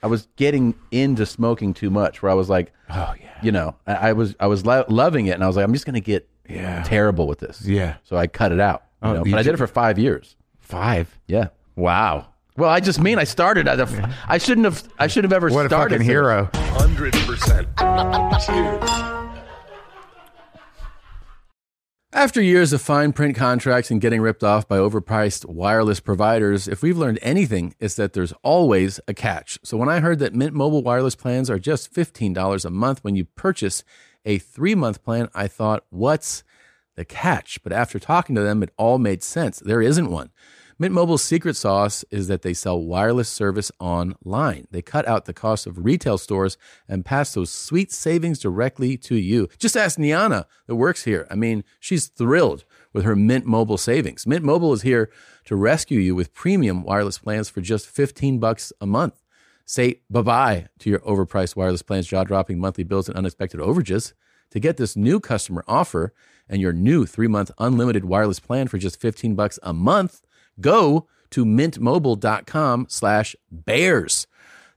I was getting into smoking too much. Where I was like, Oh, yeah. you know, I, I was I was lo- loving it, and I was like, I'm just gonna get Yeah. terrible with this. Yeah. So I cut it out. you Oh, know, you but I did ju- it for five years. Five. Yeah. Wow. Well, I just mean I started. at a f- I shouldn't have. I shouldn't have ever What a started. fucking so- hero. 100%. After years of fine print contracts and getting ripped off by overpriced wireless providers, if we've learned anything, it's that there's always a catch. So when I heard that Mint Mobile wireless plans are just $15 a month when you purchase a three month plan, I thought, what's the catch? But after talking to them, it all made sense. There isn't one. Mint Mobile's secret sauce is that they sell wireless service online. They cut out the cost of retail stores and pass those sweet savings directly to you. Just ask Niana that works here. I mean, she's thrilled with her Mint Mobile savings. Mint Mobile is here to rescue you with premium wireless plans for just 15 bucks a month. Say bye-bye to your overpriced wireless plans, jaw-dropping monthly bills, and unexpected overages. To get this new customer offer and your new three-month unlimited wireless plan for just 15 bucks a month, go to mintmobile.com slash bears.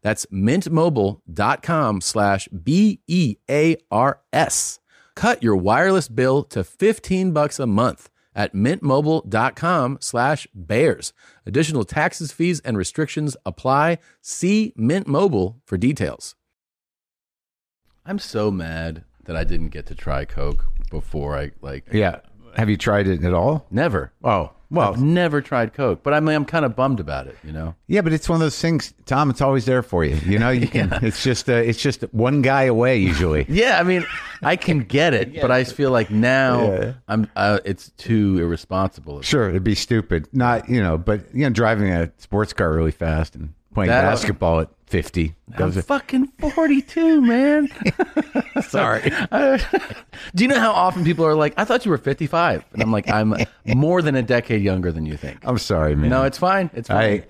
That's mintmobile.com slash E B-E-A-R-S. Cut your wireless bill to 15 bucks a month at mintmobile.com slash bears. Additional taxes, fees, and restrictions apply. See Mint Mobile for details. I'm so mad that I didn't get to try Coke before I like Yeah. Have you tried it at all? never. Oh, I've never tried Coke, but I mean, I'm kind of bummed about it, you know? Yeah, but it's one of those things, Tom. It's always there for you. You know, you can. It's just, uh, it's just one guy away usually. Yeah, I mean, I can get it, but I feel like now Yeah. I'm uh, it's too irresponsible. sure, it'd be stupid, not you know, but you know, driving a sports car really fast and playing That- basketball at fifty. I'm Those are- fucking 42, man. sorry. Do you know how often people are like, I thought you were 55? And I'm like, I'm more than a decade younger than you think. I'm sorry, man. No, it's fine. It's fine. I-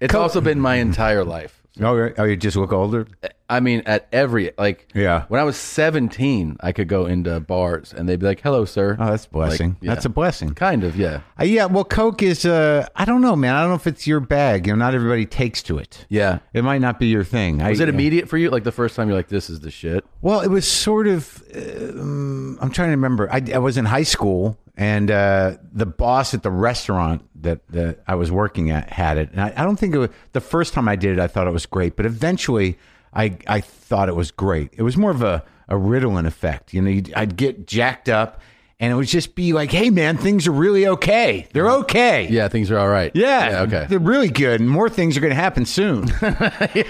it's also been my entire life. oh, you're- oh, you just look older. I mean, at every, like, Yeah. when I was 17, I could go into bars and they'd be like, hello, sir. Oh, that's a blessing. Like, yeah. That's a blessing. Kind of, yeah. Uh, yeah, well, Coke is. Uh, I don't know, man. I don't know if it's your bag. You know, not everybody takes to it. Yeah. It might not be your thing. Was I, it immediate for you? Like the first time you're like, this is the shit? Well, it was sort of. Um, I'm trying to remember. I, I was in high school, and uh, the boss at the restaurant that, that I was working at had it. And I, I don't think it was the first time I did it. I thought it was great, but eventually, I I thought it was great. It was more of a a Ritalin effect. You know, you'd, I'd get jacked up, and it would just be like, "Hey, man, things are really okay. They're okay." Yeah, things are all right. Yeah, okay. They're really good, and more things are going to happen soon. Dude,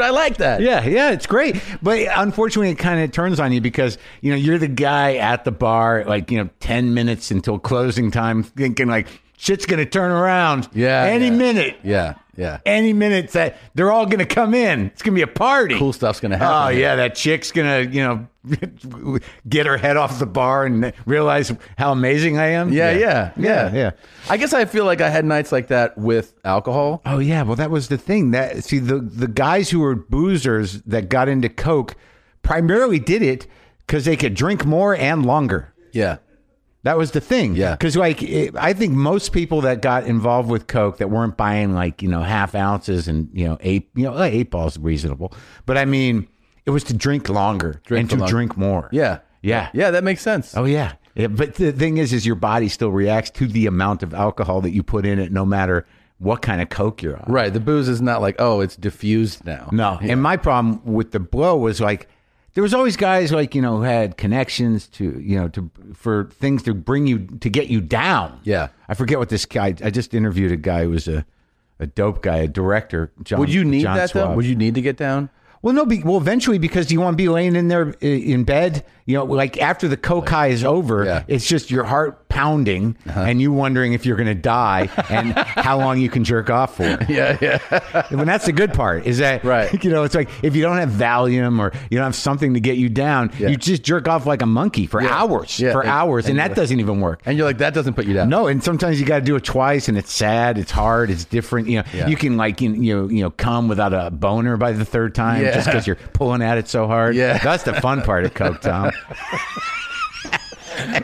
I like that. Yeah, yeah, it's great. But unfortunately, it kind of turns on you because, you know, you're the guy at the bar, like, you know, 10 minutes until closing time, thinking, like, shit's going to turn around. Yeah, Any yeah. minute. Yeah. Yeah. Any minute that they're all going to come in. It's going to be a party. Cool stuff's going to happen. Oh, yeah. That chick's going to, you know, get her head off the bar and realize how amazing I am. Yeah, yeah, Yeah. yeah, yeah. I guess I feel like I had nights like that with alcohol. Oh yeah, well that was the thing that see the the guys who were boozers that got into coke primarily did it because they could drink more and longer. Yeah, That was the thing. Yeah. because like it, I think most people that got involved with coke that weren't buying like you know half ounces and you know eight you know like, eight balls reasonable, but I mean it was to drink longer Drink and for to long- drink more. yeah, yeah, yeah. That makes sense. Oh yeah. Yeah, but the thing is, is your body still reacts to the amount of alcohol that you put in it, no matter what kind of coke you're on. Right. The booze is not like oh, it's diffused now. No. And my problem with the blow was like there was always guys like, you know, who had connections to, you know, to for things to bring you to get you down. Yeah. I forget what this guy I just interviewed a guy who was a a dope guy, a director, John. Would you need John that though? Suave. Would you need to get down? Well, no. Be, well, eventually, because you want to be laying in there i- in bed, you know, like after the coke high is over, Yeah. Uh-huh. it's just your heart pounding and you wondering if you're going to die and how long you can jerk off for. Yeah, yeah. When that's the good part is that Right. You know, it's like if you don't have Valium or you don't have something to get you down, Yeah. you just jerk off like a monkey for hours, Yeah, for and- hours, and, and that you're- doesn't even work. And you're like that doesn't put you down. No, and sometimes you got to do it twice, and it's sad, it's hard, it's different. You know, Yeah. you can like you you know, you know come without a boner by the third time Yeah. just because you're pulling at it so hard. Yeah. that's the fun part of coke, Tom.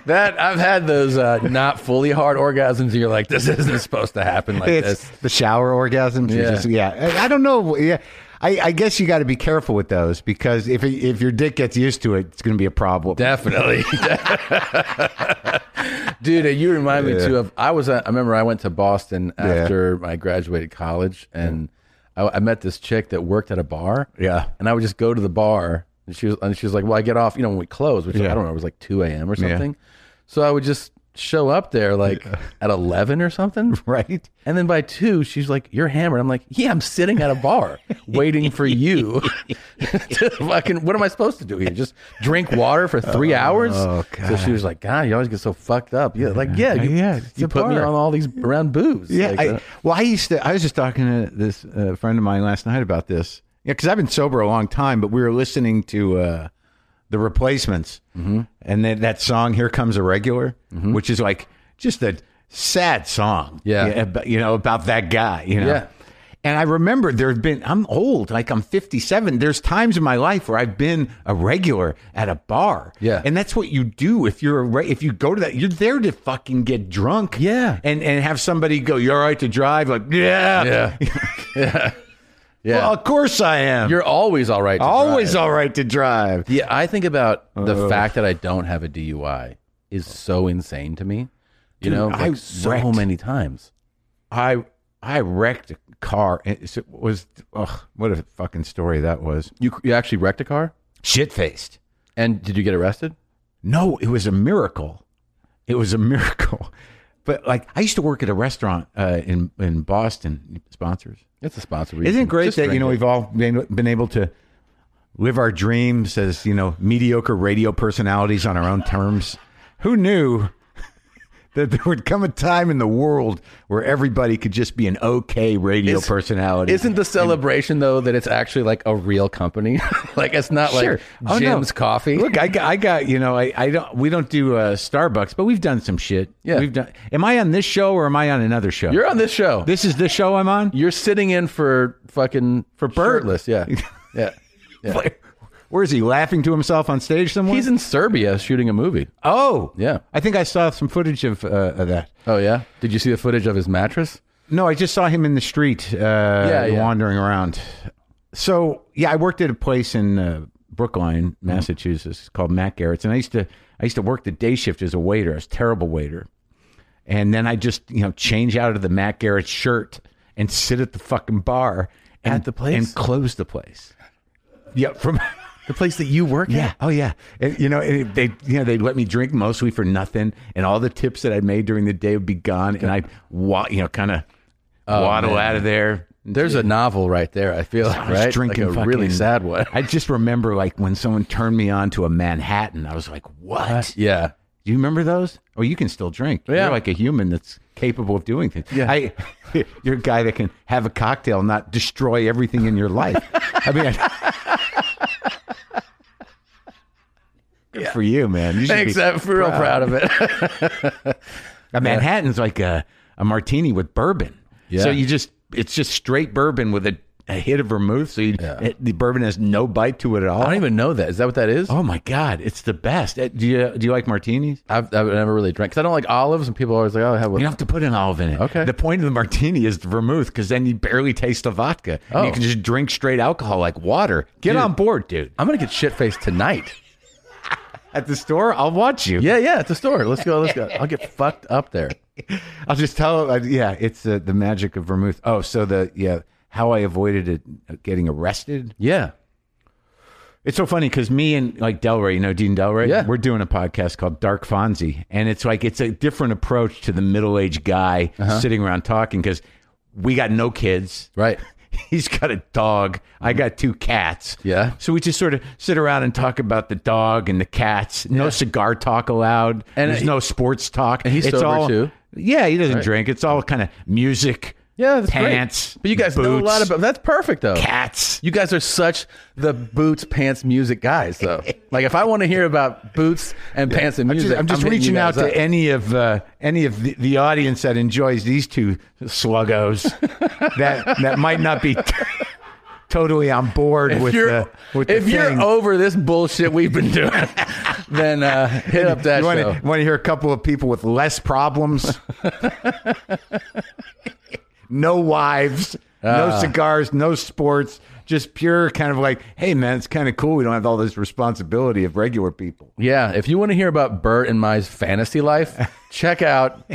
that I've had those uh, not fully hard orgasms. And you're like this isn't supposed to happen like it's this. the shower orgasms. Yeah, Yeah. just, yeah. I- I don't know. Yeah, I, I guess you got to be careful with those because if it- if your dick gets used to it, it's going to be a problem. Definitely. Dude, you remind me too of I was at, I remember I went to Boston after I graduated college and I, I met this chick that worked at a bar. Yeah. And I would just go to the bar and she was and she was like, Well, I get off, you know, when we close, which I Yeah. don't know, it was like two AM or something. So I would just show up there like at eleven or something. Right? And then by two, she's like, "You're hammered." I'm like, "Yeah, I'm sitting at a bar waiting for you." to fucking, what am I supposed to do here? Just drink water for three Oh, hours? So she was like, "God, you always get so fucked up." Yeah, like yeah, you, Yeah, it's you a put me bar. on all these around booze. Yeah. Like, uh, I, well, I used to. I was just talking to this uh, friend of mine last night about this. Yeah, because I've been sober a long time, but we were listening to uh, the Replacements, Mm-hmm. and then that song "Here Comes a Regular," which is like just a sad song. Yeah. ab- you know about that guy. You know. Yeah. And I remember there have been, I'm old, like I'm 57. There's times in my life where I've been a regular at a bar. Yeah. And that's what you do if you're a re- if you go to that, you're there to fucking get drunk. Yeah. And and have somebody go, You're all right to drive? Like, yeah. yeah, yeah, yeah. Well, of course I am. You're always all right. To always drive. all right to drive. Yeah, I think about the fact that I don't have a DUI is so insane to me. You know, like I so wrecked. many times. I I wrecked a car. It it was ugh, what a fucking story that was. You you actually wrecked a car, Shit faced. and did you get arrested? No, it was a miracle. It was a miracle. But like, I used to work at a restaurant uh, in in Boston. Sponsors, It's a sponsor. isn't it great Just that you drink know it. we've all been, been able to live our dreams as you know mediocre radio personalities on our own terms? Who knew that there would come a time in the world where everybody could just be an okay radio Is- personality? Isn't the celebration though that it's actually like a real company? like it's not Sure. Oh, no. like Jim's Coffee. Look, I got, I got, you know, I, I don't, we don't do uh, Starbucks, but we've done some shit. Yeah. We've done, am I on this show or am I on another show? you're on this show. this is the show I'm on? you're sitting in for fucking for Bert. Shirtless. Yeah, yeah. yeah. Where is he laughing to himself on stage somewhere? He's in Serbia shooting a movie. oh, Yeah. I think I saw some footage of, uh, of that. Oh yeah. Did you see the footage of his mattress? No, I just saw him in the street, uh, yeah. wandering around. So yeah, I worked at a place in uh, Brookline, Mm-hmm. Massachusetts, called Matt Garrett's, and I used to I used to work the day shift as a waiter. I was a terrible waiter, and then I just you know change out of the Matt Garrett shirt and sit at the fucking bar and, At the place? and close the place. Yeah, from. The place that you work Yeah. Oh, yeah. And, you know, and it- they you know they let me drink mostly for nothing, and all the tips that I made during the day would be gone, and I wa- you know kind of waddle out of there. Oh, There's a novel right there. I feel I like, was right. drinking like a fucking- really sad one. I just remember like when someone turned me on to a Manhattan, I was like, "What? yeah. Do you remember those? Oh, you can still drink. Yeah. You're like a human that's capable of doing things. Yeah. I, you're a guy that can have a cocktail, and not destroy everything in your life. I mean, I- good for you, man. You should Thanks. be- I'm real proud of it. a Manhattan's like a, a martini with bourbon. Yeah. So you just it's just straight bourbon with a, a hit of vermouth. So you, it- the bourbon has no bite to it at all. I don't even know that. Is that what that is? oh my god, it's the best. Uh, Do you do you like martinis? I've, I've never really drank because I don't like olives, and people are always like, "Oh, I have You a don't have to put an olive in it. Okay. The point of the martini is the vermouth because then you barely taste the vodka. And Oh. you can just drink straight alcohol like water. Get on board, dude. I'm gonna get shit faced tonight." At the store, I'll watch you. Yeah, yeah, at the store. Let's go. Let's go. I'll get fucked up there. I'll just tell. Uh, yeah, it's uh, the magic of vermouth. Oh, so the yeah, how I avoided it uh, getting arrested Yeah. It's so funny because me and like Delray, you know, Dean Delray, Yeah. we're doing a podcast called Dark Fonzie. And it's like, it's a different approach to the middle aged guy sitting around talking because we got no kids. Uh-huh. Right. He's got a dog. I got two cats. Yeah. So we just sort of sit around and talk about the dog and the cats. No cigar talk allowed. And And there's he- no sports talk. And he's it's sober, all, too. Yeah, he doesn't drink. It's all kind of music. Yeah, that's great. pants. But you guys know a lot boots, about that's perfect though. cats. You guys are such the boots, pants, music guys though. like if I want to hear about boots and pants and I'm music, just, I'm just hitting you reaching out guys to up. any of uh, any of the, the audience that enjoys these two sluggos that that might not be t- totally on board If with you're, the with if the you're thing. over this bullshit we've been doing, then uh, hit up that you show. want to hear a couple of people with less problems, Ah. no wives, no cigars, no sports, just pure kind of like, hey man, it's kind of cool. We don't have all this responsibility of regular people. Yeah, if you want to hear about Bert and my fantasy life, check out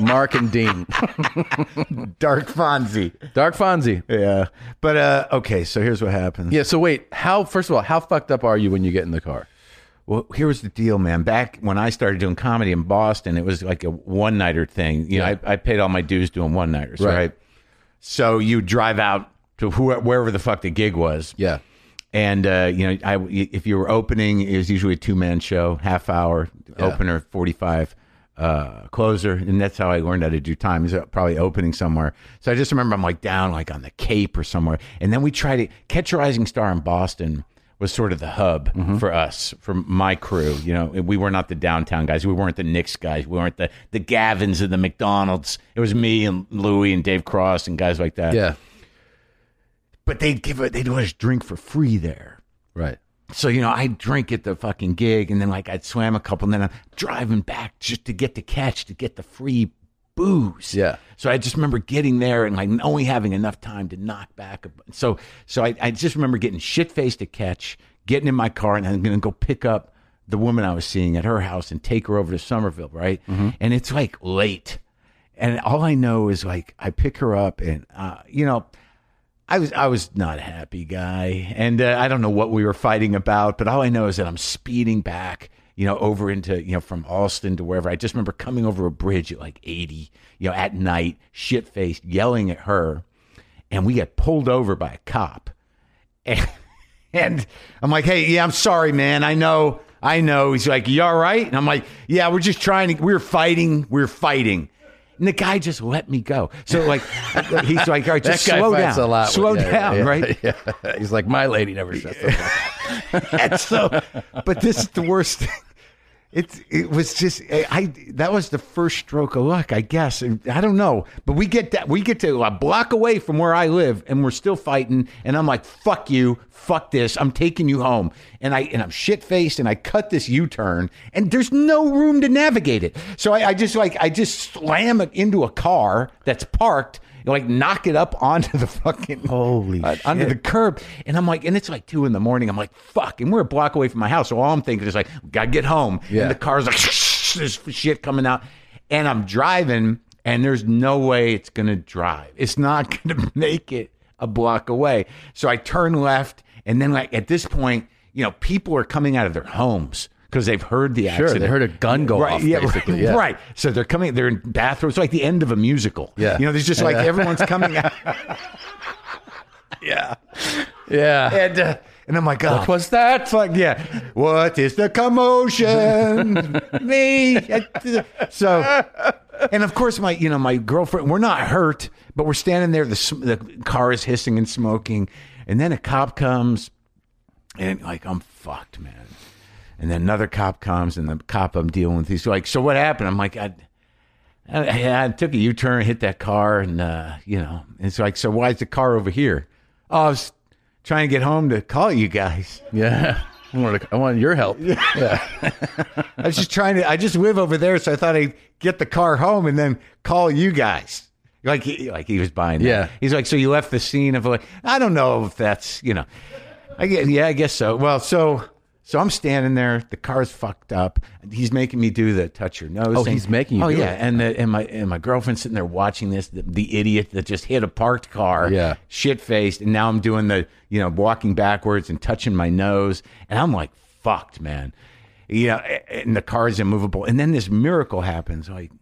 Mark and Dean. Dark Fonzie. Dark Fonzie. Yeah. But uh, okay, so here's what happens. Yeah, so wait, how first of all, how fucked up are you when you get in the car? Well, here was the deal, man. Back when I started doing comedy in Boston, it was like a one nighter thing. You know, I, I paid all my dues doing one nighters, Right. right. So you drive out to who, wherever the fuck the gig was. Yeah. And uh, you know, I if you were opening, it was usually a two man show, half hour opener, forty five uh, closer, and that's how I learned how to do time. Is uh, probably opening somewhere. So I just remember I'm like down like on the Cape or somewhere, and then we tried to Catch a Rising Star in Boston was sort of the hub for us, for my crew. You know, we were not the downtown guys. We weren't the Knicks guys. We weren't the the Gavins and the McDonald's. It was me and Louie and Dave Cross and guys like that. Yeah. But they'd give it. They'd let us drink for free there. Right. So, you know, I drink at the fucking gig and then like I'd swam a couple and then I'm driving back just to get the catch, to get the free booze. Yeah. So I just remember getting there and like only having enough time to knock back. A, bu- so, so I, I just remember getting shit faced at catch, getting in my car and I'm going to go pick up the woman I was seeing at her house and take her over to Somerville. Right. And it's like late. And all I know is like I pick her up and, uh, you know, I was I was not a happy guy, and uh, I don't know what we were fighting about, but all I know is that I'm speeding back, you know, over into you know from Alston to wherever. I just remember coming over a bridge at like 80, you know, at night, shit faced, yelling at her, and we get pulled over by a cop, and, and I'm like, hey, yeah, I'm sorry, man, I know, I know. He's like, you all right? And I'm like, yeah, we're just trying to, we we're fighting, we we're fighting. And the guy just let me go. So like, he's like, all right, just that guy slow fights down, a lot. slow Yeah, yeah, down, yeah, right? yeah. He's like, my lady never shuts up. And so, but this is the worst thing. It's it was just I, I that was the first stroke of luck, I guess. I don't know, but we get that we get to a block away from where I live, and we're still fighting. And I'm like, "Fuck you, fuck this. I'm taking you home." And I and I'm shit faced, and I cut this U turn, and there's no room to navigate it. So I, I just like I just slam it into a car that's parked. and, Like knock it up onto the fucking Holy uh, under the curb. And I'm like, and it's like two in the morning. I'm like, fuck. And we're a block away from my house. So all I'm thinking is like, gotta get home. Yeah. And the car's like, there's shit coming out. And I'm driving, and there's no way it's gonna drive. It's not gonna make it a block away. So I turn left, and then like at this point, you know, people are coming out of their homes because they've heard the Sure, accident. they heard a gun go Right, off, yeah, basically. Yeah. right. So they're coming. They're in bathrooms. It's like the end of a musical. Yeah. you know, there's just like everyone's coming out. Yeah. and uh, and I'm like, oh, What's that? it's like, yeah, what is the commotion? Me. So, and of course, my you know my girlfriend. We're not hurt, but we're standing there. The sm- the car is hissing and smoking, and then a cop comes, and like I'm fucked, man. And then another cop comes, and the cop I'm dealing with, he's like, "So what happened?" I'm like, "I, I, I took a U-turn, hit that car, and uh, you know." It's like, "So why is the car over here?" Oh, I was trying to get home to call you guys. Yeah. I wanted, I wanted your help. I was just trying to. I just live over there, so I thought I'd get the car home and then call you guys. Like, he, like he was buying. That. Yeah. he's like, so you left the scene of like, I don't know if that's you know, I guess, yeah, I guess so. Well, so so I'm standing there. The car's fucked up. He's making me do the touch your nose. Oh, thing. he's making you Oh do yeah, it. and the, and my and my girlfriend's sitting there watching this. The, the idiot that just hit a parked car. Yeah. shit faced, and now I'm doing the you know walking backwards and touching my nose, and I'm like fucked, man. Yeah, and the car is immovable, and then this miracle happens. Like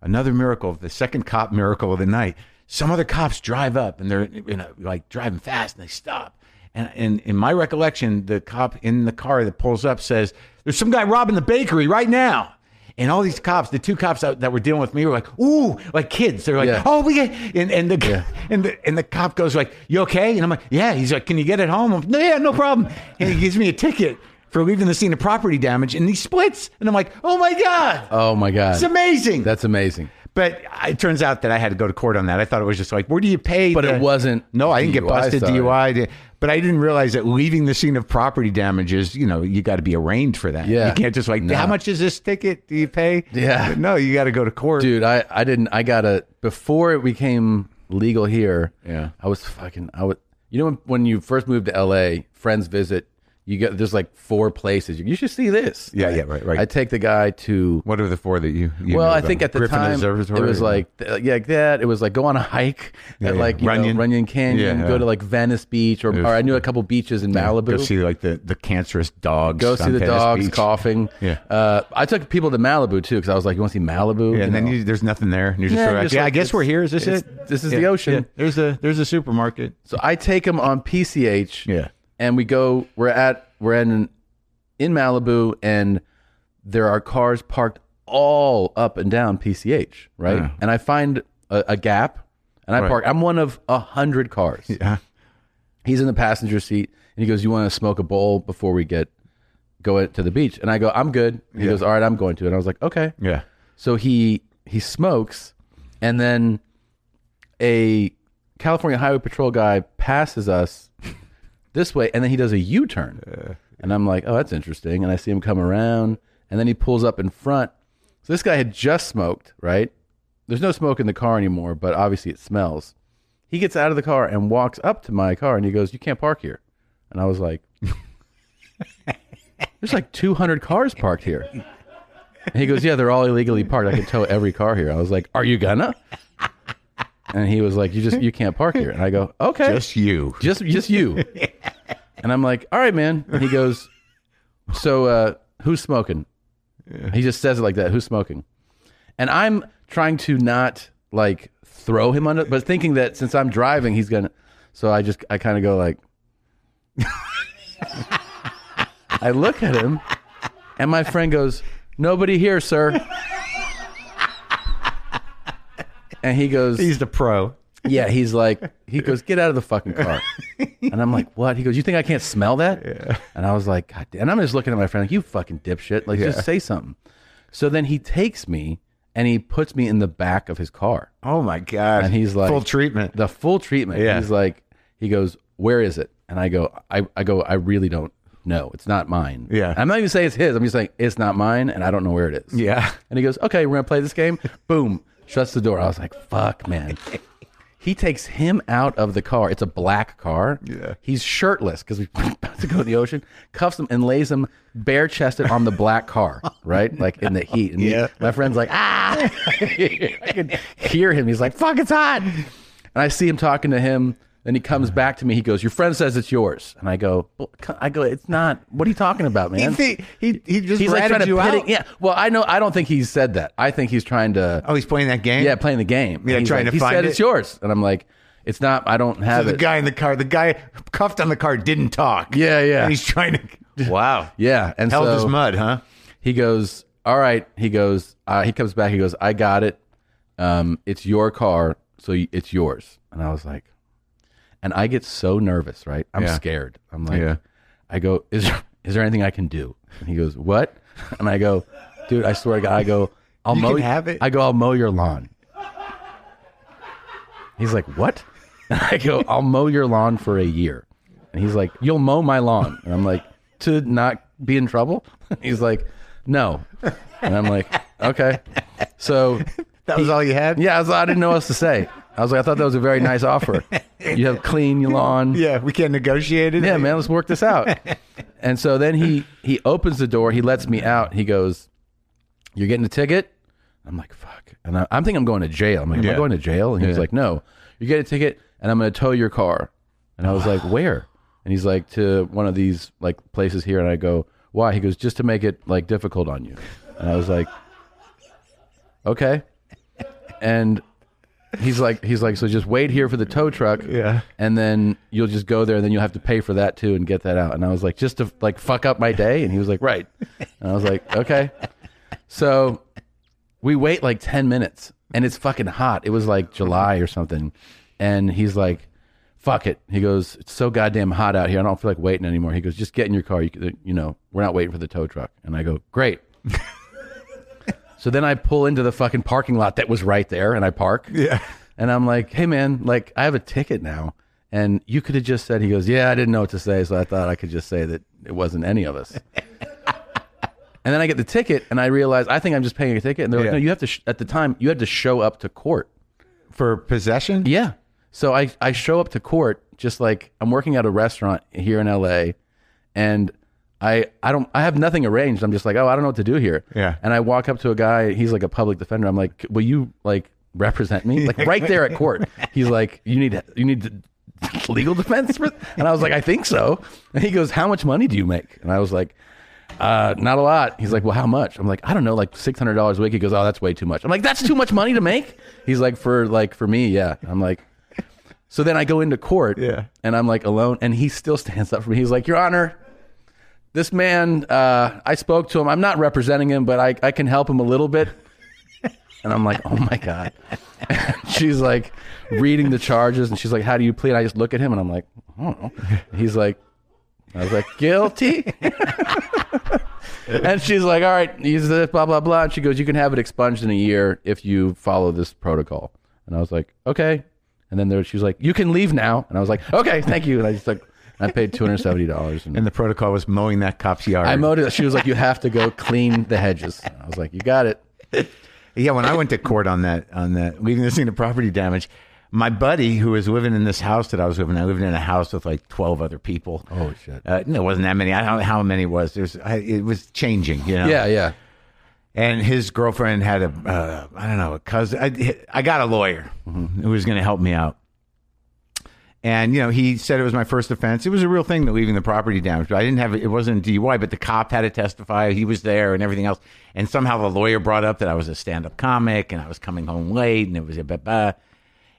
another miracle, the second cop miracle of the night. Some other cops drive up and they're you know, like driving fast and they stop. And, and in my recollection, the cop in the car that pulls up says, There's some guy robbing the bakery right now. And all these cops, the two cops that, that were dealing with me were like, ooh, like kids. They're like, Yeah. oh, we get, and, and the, and the, and the cop goes like, you okay? And I'm like, yeah. He's like, can you get it home? I'm, no, yeah, no problem. And he gives me a ticket for leaving the scene of property damage and he splits. And I'm like, oh my God, Oh, my God. it's amazing. That's amazing. But it turns out that I had to go to court on that. I thought it was just like, where do you pay? But the- it wasn't No, I didn't get DUI, busted sorry. DUI. But I didn't realize that leaving the scene of property damages, you know, you got to be arraigned for that. Yeah. You can't just like, No. how much is this ticket? Do you pay? Yeah. No, you got to go to court. Dude, I, I didn't, I got a, before it became legal here, Yeah. I was fucking, I would, You know, when, when you first moved to LA, friends visit. You get there's like four places. You, you should see this. Yeah, yeah, right, right. I take the guy to. What are the four that you? you Well, knew I about? think at the Griffin time Observatory it was or- like th- yeah, like that. It was like go on a hike at yeah. like you know, Runyon. Runyon Canyon, Yeah, go yeah. to like Venice Beach, or, It was- or I knew a couple beaches in Malibu. Go see like the, the cancerous dogs. Go see on the Venice dogs Beach. coughing. Yeah. Uh, I took people to Malibu too because I was like, you want to see Malibu? Yeah, and then know? you, there's nothing there. And you're just Yeah, sort of you're like, just yeah, I like, guess we're it's- here. Is this it's- it? this is Yeah, the ocean. yeah. There's a there's a supermarket. So I take him on PCH. Yeah. And we go. We're at. We're in in Malibu, and there are cars parked all up and down PCH. Right. Yeah. And I find a, a gap, and I Uh-huh. Right. park. I'm one of a hundred cars. Yeah. He's in the passenger seat, and he goes, "You want to smoke a bowl before we get go to the beach?" And I go, "I'm good." And He Yeah. goes, "All right, I'm going to." And I was like, "Okay." Yeah. So he he smokes, and then a California Highway Patrol guy passes us this way, and then he does a U turn, and I'm like, oh, that's interesting. And I see him come around, and then he pulls up in front. So this guy had just smoked, right? There's no smoke in the car anymore, but obviously it smells. He gets out of the car and walks up to my car, and he goes, "You can't park here." And I was like, "There's like 200 cars parked here." And he goes, Yeah, they're all illegally parked. I can tow every car here. I was like, Are you gonna? And he was like, You just you can't park here. And I go, Okay. Just you. Just just, you. And I'm like, All right, man. And he goes, So uh who's smoking? He just says it like that, who's smoking? And I'm trying to not like throw him under but thinking that since I'm driving, he's gonna so I just I kinda go like I look at him and my friend goes, Nobody here, sir. And he goes, He's the pro. Yeah, he's like, he goes, Get out of the fucking car. And I'm like, What? He goes, You think I can't smell that? Yeah. And I was like, God damn. And I'm just looking at my friend, like, You fucking dipshit. Like, just say something. So then he takes me and he puts me in the back of his car. Oh my god. And he's like, full treatment. The full treatment. Yeah. He's like, He goes, Where is it? And I go, I, I go, I really don't know. It's not mine. Yeah. I'm not even saying it's his. I'm just saying it's not mine and I don't know where it is. yeah. And he goes, okay, we're going to play this game. Boom. Shuts the door. I was like, fuck, man. He takes him out of the car. It's a black car. Yeah. He's shirtless because we're about to go in the ocean, cuffs him and lays him bare chested on the black car, right? Like in the heat. And he- Yeah. my friend's like, ah. I can hear him. He's like, fuck, it's hot. And I see him talking to him. Then he comes back to me. He goes, "Your friend says it's yours," and I go, well, c- "I go, it's not. What are you talking about, man?" thi- he- he just he's like ratted trying to you pit out. it- yeah. Well, I know. I don't think he said that. I think he's trying to. Oh, he's playing that game. Yeah, playing the game. Yeah, He's trying like, to he find said it. it's yours, and I'm like, it's not. I don't So have the it. guy in the car. The guy cuffed on the car didn't talk. Yeah, yeah. And he's trying to. Wow. yeah, and Held so his mud, huh? he goes, all right. He goes. Uh, he comes back. He goes, I got it. Um, it's your car, so y- it's yours. And I was like, and I get so nervous, right? I'm Yeah. scared. I'm like, Yeah. I go, is there, is there anything I can do? And he goes, what? And I go, dude, I swear to God, I go, I'll You mow. can have it. I go, I'll mow your lawn. He's like, what? And I go, I'll mow your lawn for a year. And he's like, you'll mow my lawn. And I'm like, to not be in trouble. He's like, no. And I'm like, okay. So That was all you had. yeah, I, was, I didn't know what else to say. I was like, I thought that was a very nice offer. You have clean your lawn. Yeah. We can't negotiate it. Yeah, man, let's work this out. and so then he he opens the door, he lets me out. He goes, "You're getting a ticket." I'm like, "Fuck!" And I, I'm thinking I'm going to jail. I'm like, "Am I Yeah. going to jail?" And he was Yeah. like, "No, you get a ticket, and I'm going to tow your car." And I was like, "Where?" And he's like, "To one of these like places here." And I go, "Why?" He goes, "Just to make it like difficult on you." And I was like, "Okay." And he's like, he's like, "So just wait here for the tow truck." Yeah. and then you'll just go there and then you'll have to pay for that too and get that out and i was like just to like fuck up my day and he was like right and i was like okay so we wait like 10 minutes and it's fucking hot it was like july or something and he's like fuck it he goes it's so goddamn hot out here i don't feel like waiting anymore he goes just get in your car you, c- you know we're not waiting for the tow truck and i go great so then i pull into the fucking parking lot that was right there and i park Yeah. and I'm like, hey man, like I have a ticket now. And you could have just said, he goes, yeah, I didn't know what to say. So I thought I could just say that it wasn't any of us. and then I get the ticket and I realize, I think I'm just paying a ticket. And they're like, Yeah. no, you have to, sh-, at the time, you had to show up to court. For possession. Yeah. So I, I show up to court just like I'm working at a restaurant here in LA and I I don't I have nothing arranged. I'm just like, oh, I don't know what to do here. Yeah. And I walk up to a guy, he's like a public defender. I'm like, will you like represent me? Like right there at court. He's like, you need you need to, legal defense for and I was like, I think so. And he goes, How much money do you make? And I was like, uh, not a lot. He's like, well, how much? I'm like, I don't know, like six hundred dollars a week. He goes, oh, that's way too much. I'm like, that's too much money to make. He's like, for like for me, yeah. I'm like, so then I go into court, Yeah. and I'm like alone, and he still stands up for me. He's like, Your Honor, this man, uh, I spoke to him. I'm not representing him, but I, I can help him a little bit. And I'm like, oh my God. she's like reading the charges and she's like, how do you plead? I just look at him and I'm like, I don't know. He's like, I was like, guilty. and she's like, all right, use this, blah, blah, blah. And she goes, you can have it expunged in a year if you follow this protocol. And I was like, okay. And then there, she was like, you can leave now. And I was like, okay, thank you. And I just like, I paid $270. And the protocol was mowing that cop's yard. I mowed it. She was like, "You have to go clean the hedges." And I was like, "You got it." Yeah, when I went to court on that, on that, leaving the scene of property damage, my buddy who was living in this house that I was living, I lived in a house with like twelve other people. Oh, shit. Uh, no, it wasn't that many. I don't know how many it was. There's, I, it was changing. You know. Yeah, yeah. And his girlfriend had a, uh, I don't know, a cousin. I, I got a lawyer Mm-hmm. who was going to help me out. And you know, he said it was my first offense. It was a real thing that leaving the property damage. But I didn't have it wasn't DUI, but the cop had to testify. He was there and everything else. And somehow the lawyer brought up that I was a stand-up comic and I was coming home late and it was a blah, blah.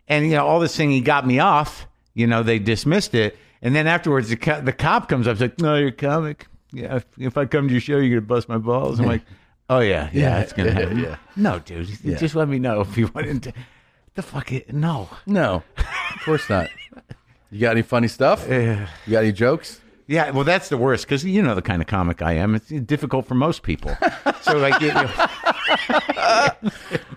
And you know, all this thing he got me off. You know, they dismissed it. And then afterwards, the, co- the cop comes up. He's like, "No, you're a comic. Yeah, if, if I come to your show, you're gonna bust my balls." I'm like, "Oh yeah, yeah, Yeah, it's gonna yeah, happen." yeah. No, dude, just let me know if you wanted to. The fuck it, no. No, of course not. You got any funny stuff? You got any jokes? Yeah, well, that's the worst because you know the kind of comic I am. It's difficult for most people. So like, you, you-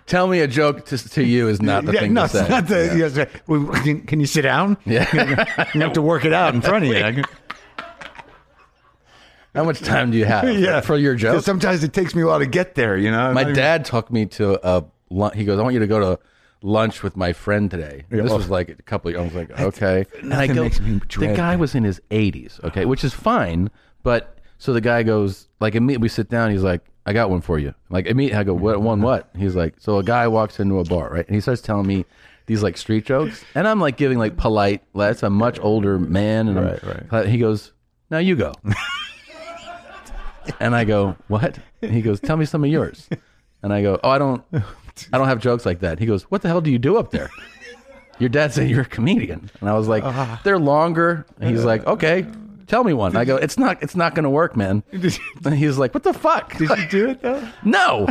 Tell me a joke to, to you is not the yeah, thing no, to say. it's not the. yes, uh, well, can, can you sit down? Yeah. you have to work it out in front of you. I can- How much time do you have? for your joke. Sometimes it takes me a while to get there. You know, my I- dad took me to a lunch. He goes, "I want you to go to lunch with my friend today." Yeah, this well- was like a couple. Of, I was like, "Okay." And I nothing go, makes me "The dread guy was in his 80s, okay, which is fine." But so the guy goes, like, immediately we sit down. He's like, "I got one for you." Like, immediately I go, "What one? What?" He's like, "So a guy walks into a bar, right?" And he starts telling me these like street jokes, and I'm like giving like polite. Like, that's a much older man, and I'm- Right, He goes, "Now you go." And I go, "What?" And he goes, "Tell me some of yours." And I go, "Oh, I don't, I don't have jokes like that." He goes, "What the hell do you do up there?" Your dad said you're a comedian, and I was like, Ah. "They're longer." And he's Uh, like, "Okay, tell me one." I go, "It's not, it's not going to work, man." And he's like, "What the fuck?" Did you do it though? No.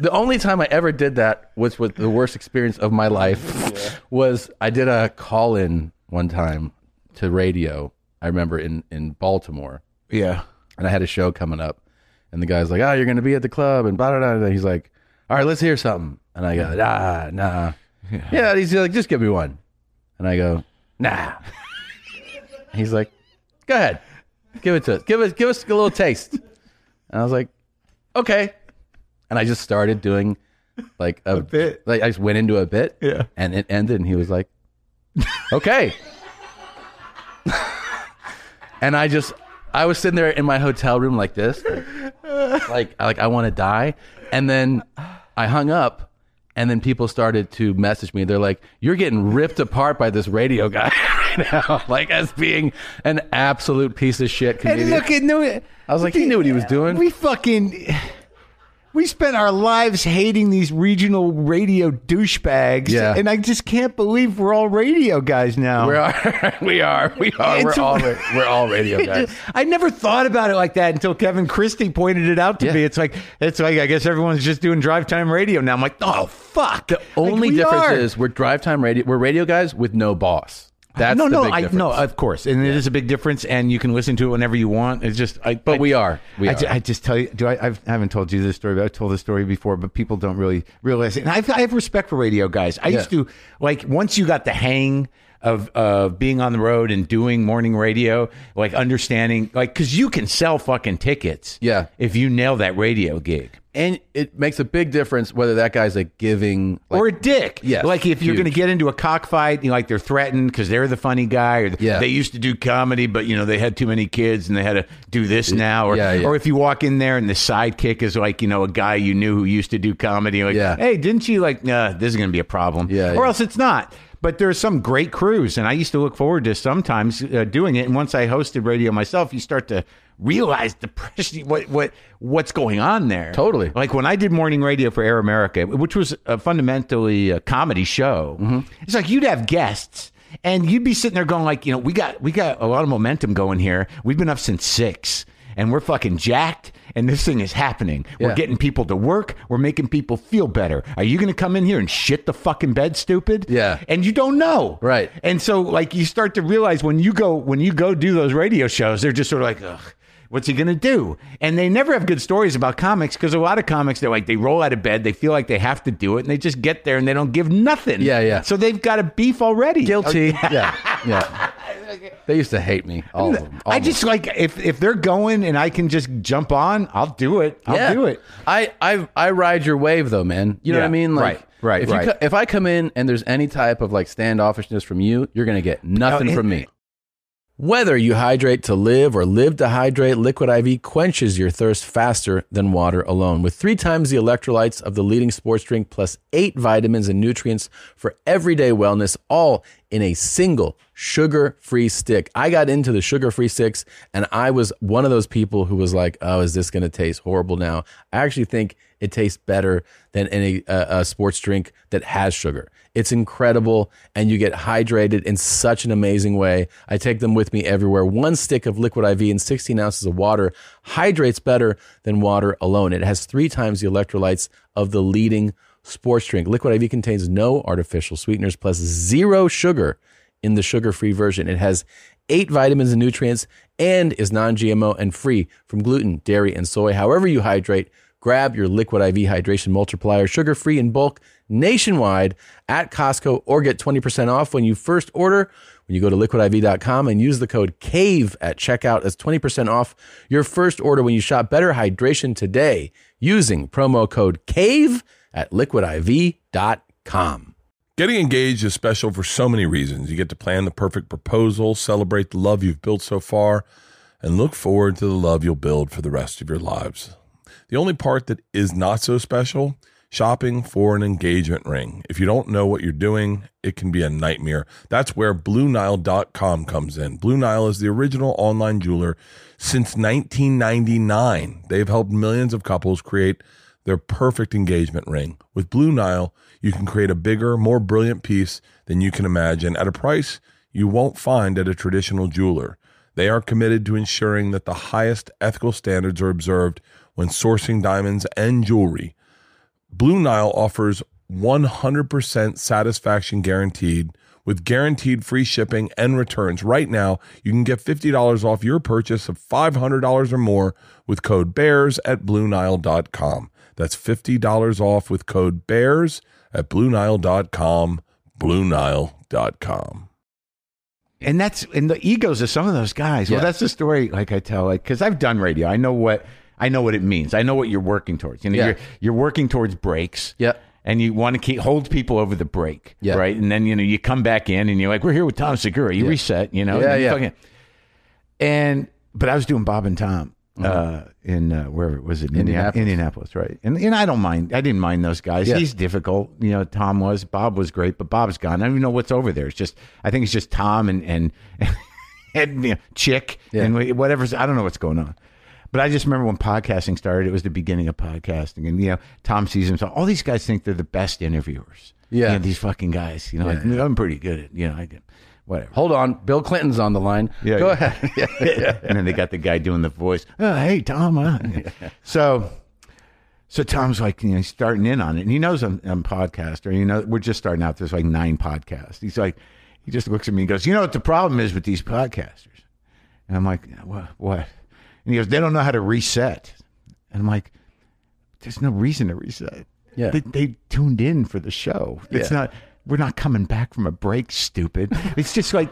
The only time I ever did that was with the worst experience of my life was I did a call in one time to radio. I remember in in Baltimore Yeah. and I had a show coming up, and the guy's like, "Oh, you're going to be at the club," and blah blah blah. blah. He's like, "All right, let's hear something." And I go, "Nah, nah." Yeah. he's like, "Just give me one," and I go, "Nah." he's like, "Go ahead, give it to us. Give us, give us a little taste." and I was like, "Okay," and I just started doing like a, bit. Like I just went into a bit, Yeah. and it ended, and he was like, "Okay." and I just I was sitting there in my hotel room like this, like like, like, I want to die. And then I hung up, and then people started to message me. They're like, "You're getting ripped apart by this radio guy right now, like as being an absolute piece of shit And comedian." look, it knew. I was like, he knew what he was doing. We fucking. We spent our lives hating these regional radio douchebags. Yeah. And I just can't believe we're all radio guys now. we are, we are, we are, we're It's- all, we're all radio guys. I never thought about it like that until Kevin Christie pointed it out to Yeah. me. It's like it's like I guess everyone's just doing drive time radio now. I'm like, oh fuck. The Only difference is we're drive time radio. We're radio guys with no boss. That's no, the no, big I Uh, difference. no, of course, and it is a big difference, and you can listen to it whenever you want. It's just, I, But we are. We I, are. ju- I just tell you, do I? I've, I haven't told you this story, but I've told this story before. But people don't really realize it. And I've, I have respect for radio guys. I used Yeah. to like once you got the hang of of being on the road and doing morning radio, like understanding, like because you can sell fucking tickets, Yeah. if you nail that radio gig. And it makes a big difference whether that guy's a giving like, or a dick. Yes, Like if you're huge. going to get into a cockfight, you know, like they're threatened because they're the funny guy, or th- Yeah. they used to do comedy, but you know they had too many kids and they had to do this now, or yeah, yeah. or if you walk in there and the sidekick is like you know a guy you knew who used to do comedy, like Yeah. hey, didn't you like? Nah, this is going to be a problem. Yeah, or yeah. else it's not. But there's some great crews, and I used to look forward to sometimes uh, doing it. And once I hosted radio myself, you start to realize the pressure, what what what's going on there. Totally. Like when I did morning radio for Air America, which was a fundamentally a comedy show, Mm-hmm. it's like you'd have guests and you'd be sitting there going like, you know, we got we got a lot of momentum going here. We've been up since six and we're fucking jacked and this thing is happening. Yeah. We're getting people to work. We're making people feel better. Are you going to come in here and shit the fucking bed, stupid? Yeah. And you don't know. Right. And so like you start to realize when you go when you go do those radio shows, they're just sort of like, ugh, what's he gonna do? And they never have good stories about comics because a lot of comics they're like they roll out of bed, they feel like they have to do it, and they just get there and they don't give nothing. Yeah, yeah. So they've got a beef already. guilty. Oh, yeah, yeah. They used to hate me, all of them. all I of them. just like if if they're going and I can just jump on, I'll do it. I'll Yeah. do it. I, I I ride your wave though, man. You know what I Yeah. mean? Like, Right. Right. If, you Right. co- if I come in and there's any type of like standoffishness from you, you're gonna get nothing Oh, it- from me. Whether you hydrate to live or live to hydrate, Liquid IV quenches your thirst faster than water alone. With three times the electrolytes of the leading sports drink, plus eight vitamins and nutrients for everyday wellness, all in a single sugar free stick. I got into the sugar free sticks, and I was one of those people who was like, oh, is this going to taste horrible now? I actually think it tastes better than any uh, a sports drink that has sugar. It's incredible, and you get hydrated in such an amazing way. I take them with me everywhere. One stick of liquid IV and 16 ounces of water hydrates better than water alone. It has three times the electrolytes of the leading sports drink. Liquid IV contains no artificial sweeteners plus zero sugar in the sugar free version. It has eight vitamins and nutrients and is non GMO and free from gluten, dairy, and soy. However, you hydrate, grab your Liquid IV Hydration Multiplier sugar free in bulk nationwide at Costco or get 20% off when you first order. When you go to liquidiv.com and use the code CAVE at checkout, that's 20% off your first order when you shop Better Hydration today using promo code CAVE at liquidiv.com. Getting engaged is special for so many reasons. You get to plan the perfect proposal, celebrate the love you've built so far, and look forward to the love you'll build for the rest of your lives. The only part that is not so special shopping for an engagement ring. If you don't know what you're doing, it can be a nightmare. That's where BlueNile.com comes in. Blue Nile is the original online jeweler since 1999. They've helped millions of couples create their perfect engagement ring. With Blue Nile, you can create a bigger, more brilliant piece than you can imagine at a price you won't find at a traditional jeweler. They are committed to ensuring that the highest ethical standards are observed when sourcing diamonds and jewelry. Blue Nile offers 100% satisfaction guaranteed with guaranteed free shipping and returns. Right now, you can get $50 off your purchase of $500 or more with code BEARS at BlueNile.com. That's $50 off with code BEARS at BlueNile.com. BlueNile.com. and that's and the egos of some of those guys. Yeah. Well, that's the story. Like I tell, like because I've done radio, I know what I know what it means. I know what you're working towards. You know, Yeah. you're you're working towards breaks. Yeah. And you want to keep hold people over the break, Yeah. right? And then you know you come back in and you're like, we're here with Tom Segura. You reset, you know, Yeah, and you yeah. fucking- and but I was doing Bob and Tom uh, in uh, wherever it was in Indianapolis. Indianapolis. Indianapolis, right? And and I don't mind. I didn't mind those guys. Yeah. He's difficult. You know, Tom was. Bob was great, but Bob's gone. I don't even know what's over there. It's just I think it's just Tom and and and you know, Chick and whatever's. I don't know what's going on. But I just remember when podcasting started, it was the beginning of podcasting. And, you know, Tom sees himself. All these guys think they're the best interviewers. Yeah. You know, these fucking guys. You know, like, I'm pretty good at, you know, I can, whatever. Hold on, Bill Clinton's on the line. Yeah, Go yeah. ahead. Yeah. and then they got the guy doing the voice. Oh, hey, Tom. huh?" so, so Tom's like, you know, he's starting in on it, and he knows I'm, I'm a podcaster. You know, we're just starting out. There's like nine podcasts. He's like, he just looks at me and goes, "You know what the problem is with these podcasters?" And I'm like, "What? What?" And he goes, "They don't know how to reset." And I'm like, "There's no reason to reset. Yeah. They, they tuned in for the show. It's Yeah. not." We're not coming back from a break, stupid. It's just like.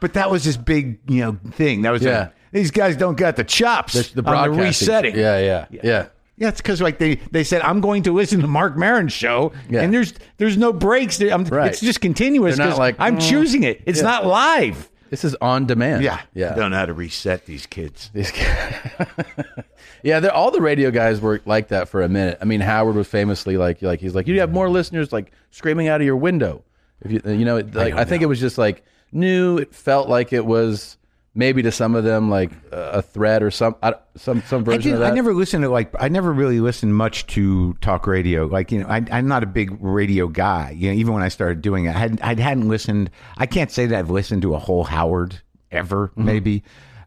but that was his big, you know, thing. That was Yeah. like, these guys don't got the chops. The, the on broadcasting. resetting. Yeah, yeah, yeah. Yeah, it's because like they, they said, I'm going to listen to Mark Maron's show, Yeah. and there's there's no breaks. There, I'm, Right. It's just continuous. They're not 'cause like, I'm mm, choosing it. It's not live. This is on demand. Yeah. don't know how to reset these kids. These guys- yeah, they're, all the radio guys were like that for a minute. I mean, Howard was famously like, like he's like, you have more listeners like screaming out of your window. If you, you know, it- like, I, think it was just like new. It felt like it was maybe to some of them like a a threat or some I, don't- some some I, version did, of that. I never listened to like I never really listened much to talk radio. Like you know, I, I'm not a big radio guy. You know, even when I started doing it, I hadn't, I hadn't listened. I can't say that I've listened to a whole Howard ever. Mm-hmm. Maybe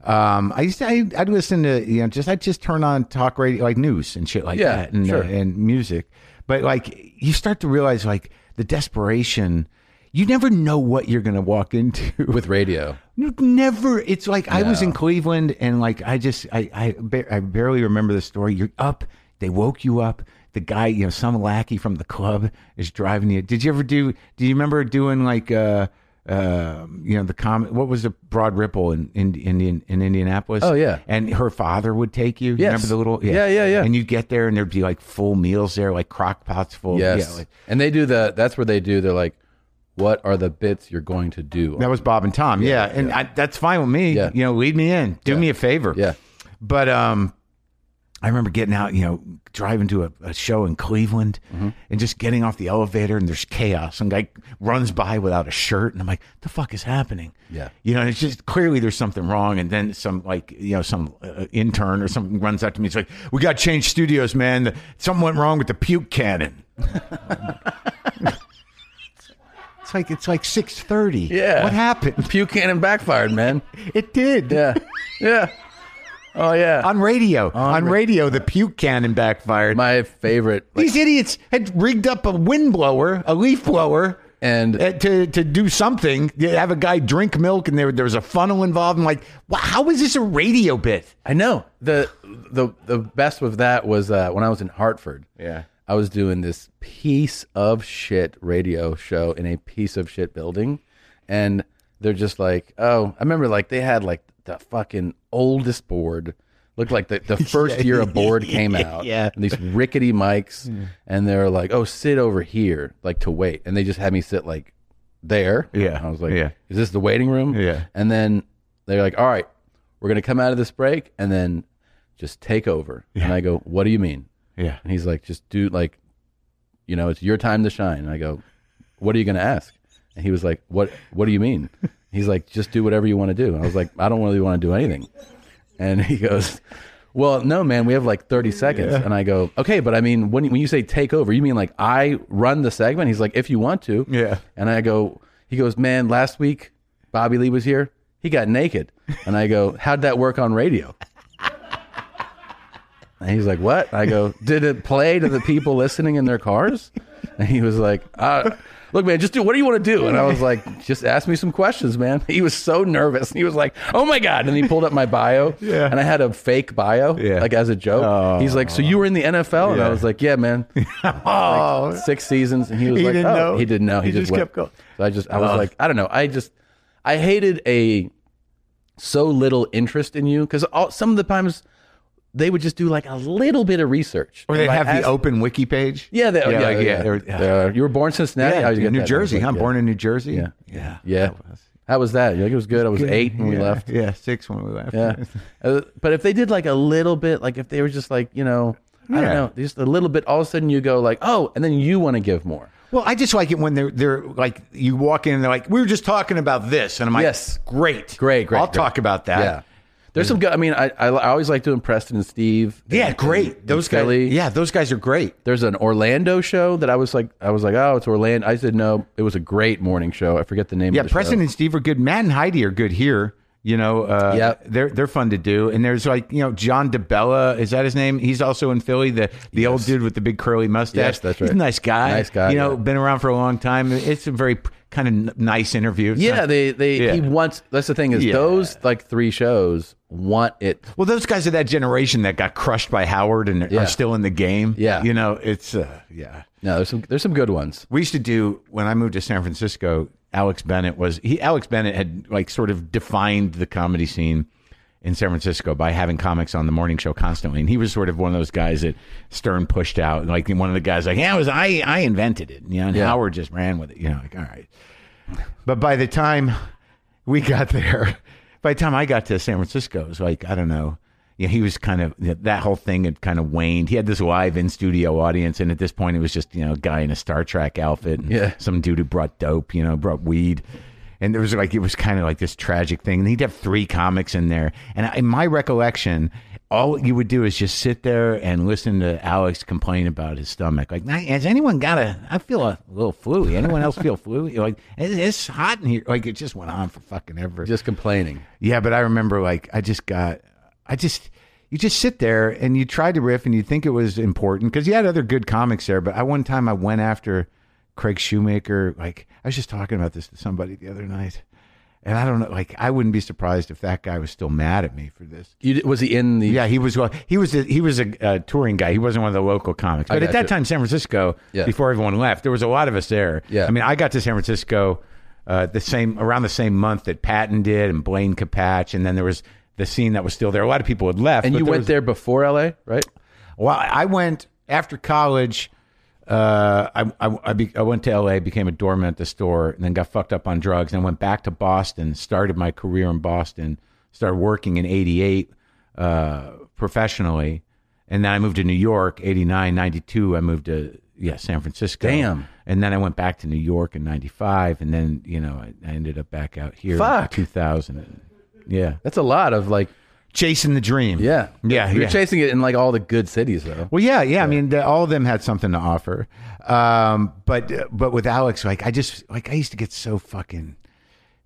um, I used to, I, I'd listen to you know just I'd just turn on talk radio like news and shit like Yeah, that and, sure. uh, and music. But like you start to realize like the desperation. You never know what you're going to walk into with radio. no, Never. It's like I was in Cleveland and like I just I I, ba- I barely remember the story. You're up. They woke you up. The guy, you know, some lackey from the club is driving you. Did you ever do? Do you remember doing like uh uh you know the com? What was the Broad Ripple in in in, in, in Indianapolis? Oh, yeah. And her father would take you. You Yes. Remember the little Yeah, yeah, yeah. And you'd get there and there'd be like full meals there, like crock pots full. Yes, Yeah, like- and they do the. That's where they do. They're like, what are the bits you're going to do? That was Bob and Tom. Yeah, and I, that's fine with me. Yeah. You know, lead me in. Do me a favor. Yeah. But um, I remember getting out. You know, driving to a, a show in Cleveland, Mm-hmm. and just getting off the elevator, and there's chaos. Some guy runs by without a shirt, and I'm like, "The fuck is happening?" Yeah. You know, and it's just clearly there's something wrong. And then some, like you know, some uh, intern or something runs up to me. It's like, "We got to change studios, man. Something went wrong with the puke cannon." It's like it's like six thirty. Yeah. What happened? Pew cannon backfired, man. It did. Yeah, yeah. Oh yeah. On radio. On, radio, the puke cannon backfired. My favorite. like, These idiots had rigged up a wind blower, a leaf blower, and uh, to, to do something. You have a guy drink milk, and there, there was a funnel involved. I'm like, wow, how is this a radio bit? I know the the the best of that was uh, when I was in Hartford. Yeah. I was doing this piece of shit radio show in a piece of shit building, and they're just like, oh, I remember like they had like the fucking oldest board. Looked like the, the first year a board came out. Yeah. Hmm. And these rickety mics. And they're like, oh, sit over here, like to wait. And they just had me sit like there. Yeah. I was like, Yeah. is this the waiting room? Yeah. And then they're like, all right, we're going to come out of this break and then just take over. And I go, what do you mean? Yeah. And he's like, just do like, you know, it's your time to shine. And I go, what are you going to ask? And he was like, what, what do you mean? He's like, just do whatever you want to do. And I was like, I don't really want to do anything. And he goes, well, no, man, we have like 30 seconds. And I go, okay, but I mean, when, when you say take over, you mean like I run the segment? He's like, if you want to. Yeah. And I go, he goes, man, last week Bobby Lee was here. He got naked. And I go, how'd that work on radio? And he's like, "What?" I go, "Did it play to the people listening in their cars?" And he was like, uh, "Look, man, just do what do you want to do." And I was like, "Just ask me some questions, man." He was so nervous. He was like, "Oh my god!" And he pulled up my bio, Yeah. and I had a fake bio, Yeah. Oh. like as a joke. he's like, "So you were in the NFL?" And Yeah. I was like, "Yeah, man, Oh, six seasons." And he was He like, didn't "Oh, know. he didn't know." He, He just, just went. kept going. So I just, I was like, I don't know. I just, I hated a so little interest in you because some of the times they would just do like a little bit of research. or they And I have asked- the open wiki page. Yeah, they, yeah, yeah, like, yeah. yeah. They're- you were born in Cincinnati. Yeah, How'd you get New that? I was Jersey. like, I'm yeah. born in New Jersey. Yeah. yeah, Yeah. How was that? You're like, it was good. I was eight when we Yeah. left. Yeah, six when we left. Yeah. Uh, but if they did like a little bit, like if they were just like, you know, I Yeah. don't know, just a little bit, all of a sudden you go like, oh, and then you want to give more. Well, I just like it when they're they're like you walk in and they're like, we were just talking about this, and I'm like, Yes. great, Great, great, I'll great. talk about that. Yeah. There's some good. I mean, I, I, I always like doing Preston and Steve. Yeah, and- great. and those Skelly. guys, yeah, those guys are great. There's an Orlando show that I was like, I was like, oh, it's Orlando. I said no. It was a great morning show. I forget the name. Yeah, of the show. Preston and Steve are good. Matt and Heidi are good here. You know, uh, Yep. they're they're fun to do. And there's like you know John DeBella, is that his name? He's also in Philly, the the old dude with the big curly mustache. Yes, that's He's a right. nice guy. Nice guy, You know, yeah. been around for a long time. It's a very kind of n- nice interview. It's Yeah, not- they they Yeah. he wants. That's the thing is Yeah. those like three shows want it. well, those guys are that generation that got crushed by Howard and Yeah. are still in the game. Yeah. you know, it's uh, yeah. No, there's some there's some good ones. We used to do when I moved to San Francisco. Alex Bennett was he. Alex Bennett had like sort of defined the comedy scene in San Francisco by having comics on the morning show constantly, and he was sort of one of those guys that Stern pushed out. Like one of the guys, like yeah, it was I. I invented it, you know, and Yeah. Howard just ran with it. You know, like all right. But by the time we got there, by the time I got to San Francisco, it was like, I don't know. You know, he was kind of, that whole thing had kind of waned. He had this live in studio audience. And at this point, it was just, you know, a guy in a Star Trek outfit and Yeah. some dude who brought dope, you know, brought weed. And there was like, it was kind of like this tragic thing. And he'd have three comics in there. And I- in my recollection, all you would do is just sit there and listen to Alex complain about his stomach. Like, "Nah, has anyone got a, I feel a little fluey. Anyone else feel fluey? Like, it's, it's hot in here. Like, it just went on for fucking ever. Just complaining. Yeah, but I remember like I just got, I just you just sit there and you try to riff and you think it was important because you had other good comics there. But I one time I went after Craig Shoemaker. Like I was just talking about this to somebody the other night, and I don't know. Like I wouldn't be surprised if that guy was still mad at me for this. You, d- was he in the? Yeah, he was. Well, he was. A, he was a, uh touring guy. He wasn't one of the local comics. But at got that you. time, San Francisco, Yeah. before everyone left, there was a lot of us there. Yeah. I mean, I got to San Francisco uh, the same around the same month that Patton did and Blaine Capatch, and then there was the scene that was still there. A lot of people had left. and but you there went was- there before L.A. Right? Well, I went after college. Uh, I I I, be, I went to L.A., became a doorman at the store, and then got fucked up on drugs. And went back to Boston, started my career in Boston, started working in '88 uh, professionally, and then I moved to New York '89, '92. I moved to yeah San Francisco. Damn. And then I went back to New York in '95, and then you know I, I ended up back out here Fuck. in 2000. Yeah, That's a lot of like. chasing the dream. Yeah. yeah. You're yeah. chasing it in like all the good cities though. Well, yeah, yeah. I mean, the, all of them had something to offer. Um, but but with Alex, like I just like I used to get so fucking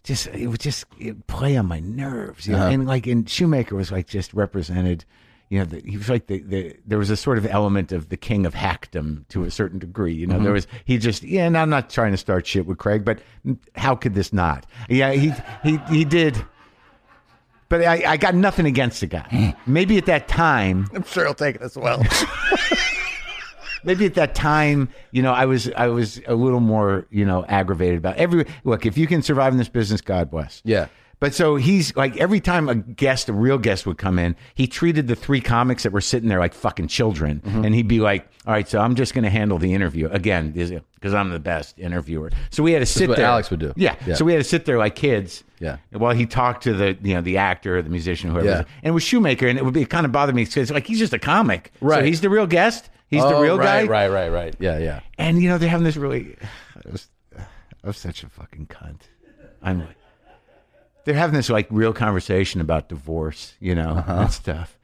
just it would just it play on my nerves, you know. And like and Shoemaker was like just represented. You know, the, he was like the, the there was a sort of element of the king of hackdom to a certain degree. You know, there was he just yeah. And I'm not trying to start shit with Craig, but how could this not? Yeah, he he he did. But I, I got nothing against the guy. Maybe at that time, Mm. I'm sure he'll take it as well. maybe at that time, you know, I was I was a little more, you know, aggravated about every look, if you can survive in this business, God bless. Yeah. But so he's like every time a guest, a real guest would come in, he treated the three comics that were sitting there like fucking children. Mm-hmm. And he'd be like, All right, so I'm just gonna handle the interview again, because I'm the best interviewer. So we had to sit what there. Alex would do. Yeah. Yeah. So we had to sit there like kids. Yeah. While he talked to the you know, the actor, the musician, whoever it Yeah. was. and it was Shoemaker, and it would be it kind of bothered me because like he's just a comic. So Right. he's the real guest. He's the real guy Oh, right, Right, right, right. Yeah, yeah. and you know they're having this really. I was, I was such a fucking cunt. I'm like, they're having this like real conversation about divorce, you know, Uh-huh. and stuff.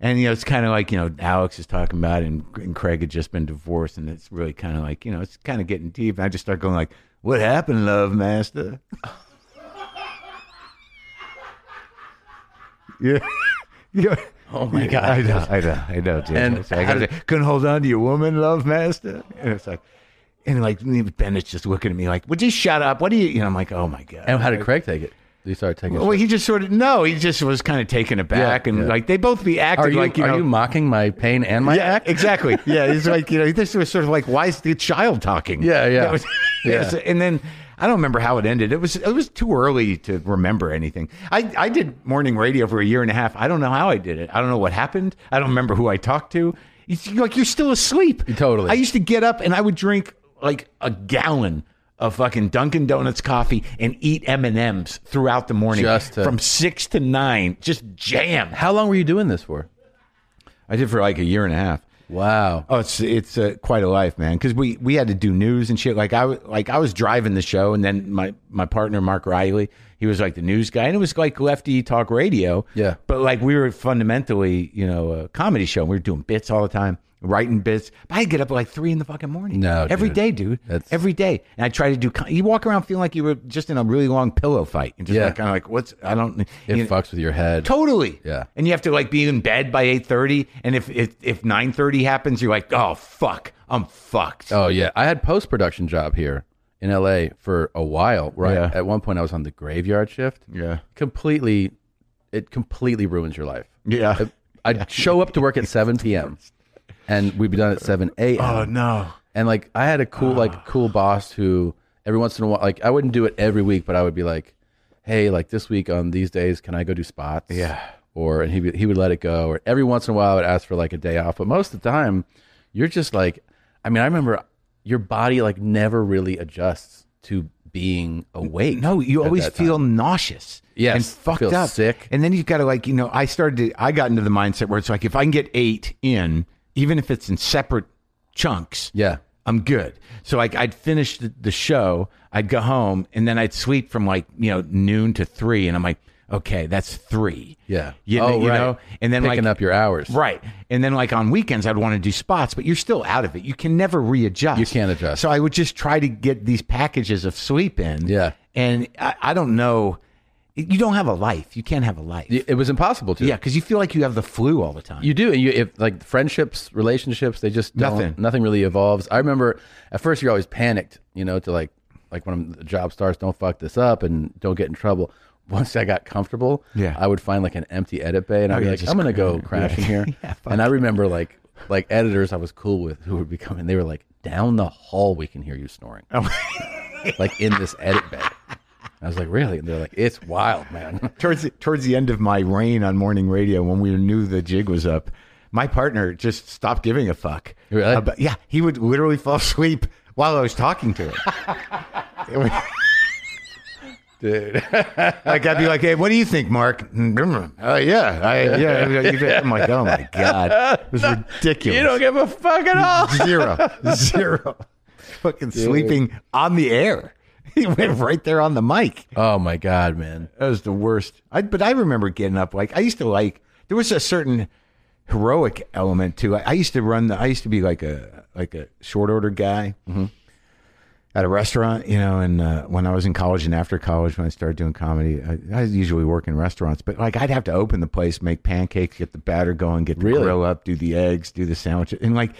And you know, it's kind of like you know, Alex is talking about, it and, and Craig had just been divorced, and it's really kind of like you know, it's kind of getting deep. And I just start going like, "What happened, Love Master?" yeah. Yeah. Oh my God. I know, I know, I know. Jim. And It's like, how I did- was like, couldn't hold on to your woman, love master. And it's like, and like Bennett's just looking at me like, "Would you shut up? What do you?" You know, I'm like, "Oh my god." And how did Craig take it? He started taking. well, he just sort of no, he just was kind of taken aback, Yeah, and yeah. like they both be acting are you, like you are know, you mocking my pain and my yeah, act? exactly. Yeah, he's like, you know, this was sort of like, why is the child talking? Yeah, yeah. That was- Yeah. And then I don't remember how it ended. It was it was too early to remember anything. I I did morning radio for a year and a half. I don't know how I did it. I don't know what happened. I don't remember who I talked to. It's like you're still asleep. Totally. I used to get up and I would drink like a gallon of fucking Dunkin' Donuts coffee and eat M and M's throughout the morning, Just to- from six to nine, just jam. How long were you doing this for? I did for like a year and a half. Wow. Oh, it's it's uh, quite a life, man. Because we we had to do news and shit. Like I w- like I was driving the show, and then my my partner Mark Riley, he was like the news guy, and it was like lefty talk radio. Yeah. but like we were fundamentally, you know, a comedy show. We were doing bits all the time. writing bits. But I get up at like three in the fucking morning. No, every dude. day, dude. That's- every day. And I try to do. con- You walk around feeling like you were just in a really long pillow fight, and just Yeah. like, kind of like, what's? I don't. It you know, fucks with your head. Totally. Yeah. And you have to like be in bed by eight thirty, and if if if nine thirty happens, you're like, oh fuck, I'm fucked. Oh yeah, I had post production job here in L.A. for a while. Right Yeah. at one point, I was on the graveyard shift. Yeah. completely, it completely ruins your life. Yeah. I'd show up to work at 7 p.m. and we'd be done at 7 a.m. Oh no. And like I had a cool like Ah. a cool boss who every once in a while like I wouldn't do it every week, but I would be like, "Hey, like this week on these days, can I go do spots?" Yeah. Or and he would- he would let it go. Or every once in a while, I would ask for like a day off. But most of the time, you're just like, I mean, I remember your body like never really adjusts to being awake. No, you at always that time. feel nauseous. Yes, and you fucked feel up, sick. and then you've got to like you know. I started. To, I got into the mindset where it's like if I can get eight in, even if it's in separate chunks, Yeah. I'm good. So like I'd finish the, the show, I'd go home, and then I'd sleep from like you know noon to three, and I'm like, okay, that's three. Yeah. you, Oh, know, you right. know, and then Picking like up your hours. Right. And then like on weekends I'd want to do spots, but you're still out of it. You can never readjust. You can't adjust. So I would just try to get these packages of sleep in. Yeah. And I, I don't know. You don't have a life. You can't have a life. It was impossible to. Yeah, because you feel like you have the flu all the time. You do. And you if like friendships, relationships, they just don't, Nothing. nothing. Nothing really evolves. I remember at first you're always panicked, you know, to like like when the job starts, don't fuck this up and don't get in trouble. Once I got comfortable, Yeah. I would find like an empty edit bay and I'd be yeah, like, just I'm gonna go cr- crash in here. Yeah, fuck. and I remember like like editors I was cool with who were becoming they were like, down the hall we can hear you snoring. like in this edit bay. I was like, really? And they're like, it's wild, man. towards the, towards the end of my reign on morning radio when we knew the jig was up my partner just stopped giving a fuck Really? About- yeah he would literally fall asleep while i was talking to him It would- Dude. like i'd be like hey what do you think mark oh yeah I, yeah i'm like oh my god it was ridiculous You don't give a fuck at all. zero zero fucking sleeping on the air he went right there on the mic Oh my god, man. That was the worst. I but I remember getting up like I used to like there was a certain heroic element to it. I used to run the I used to be like a like a short order guy at a restaurant, you know, and uh, when I was in college and after college when I started doing comedy, I, I usually work in restaurants, but like I'd have to open the place, make pancakes, get the batter going, get the Really? grill up, do the eggs, do the sandwiches, and like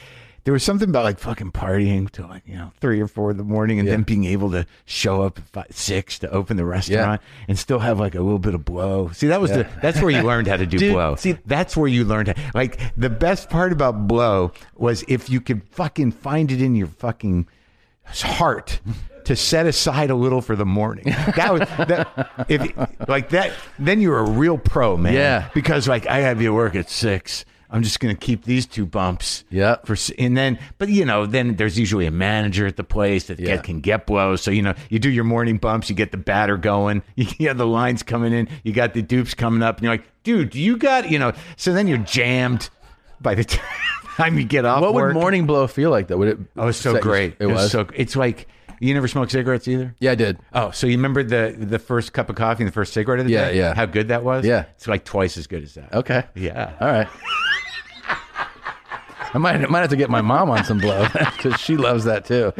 there was something about like fucking partying till like you know three or four in the morning, and then being able to show up at five, six to open the restaurant and still have like a little bit of blow. See, that was the that's where you learned how to do Dude, blow. see- that's where you learned how, like the best part about blow was if you could fucking find it in your fucking heart to set aside a little for the morning. That was that if like that then you're a real pro, man. Yeah. Because like I have you work at 6. I'm just going to keep these two bumps. Yeah. For s- and then but you know, then there's usually a manager at the place that Yeah. get, can get blows. So you know, you do your morning bumps, you get the batter going, you have the lines coming in, you got the dupes coming up and you're like, "Dude, do you got, you know, so then you're jammed by the time you get off What would work. morning blow feel like though? Would it? Oh, it's so set- great. It, was. so. It's like you never smoke cigarettes either. yeah, I did. Oh, so you remember the the first cup of coffee and the first cigarette of the Yeah, day? yeah. How good that was. Yeah. Oh. it's like twice as good as that. Okay. Yeah. All right. I might I might have to get my mom on some blow because she loves that too.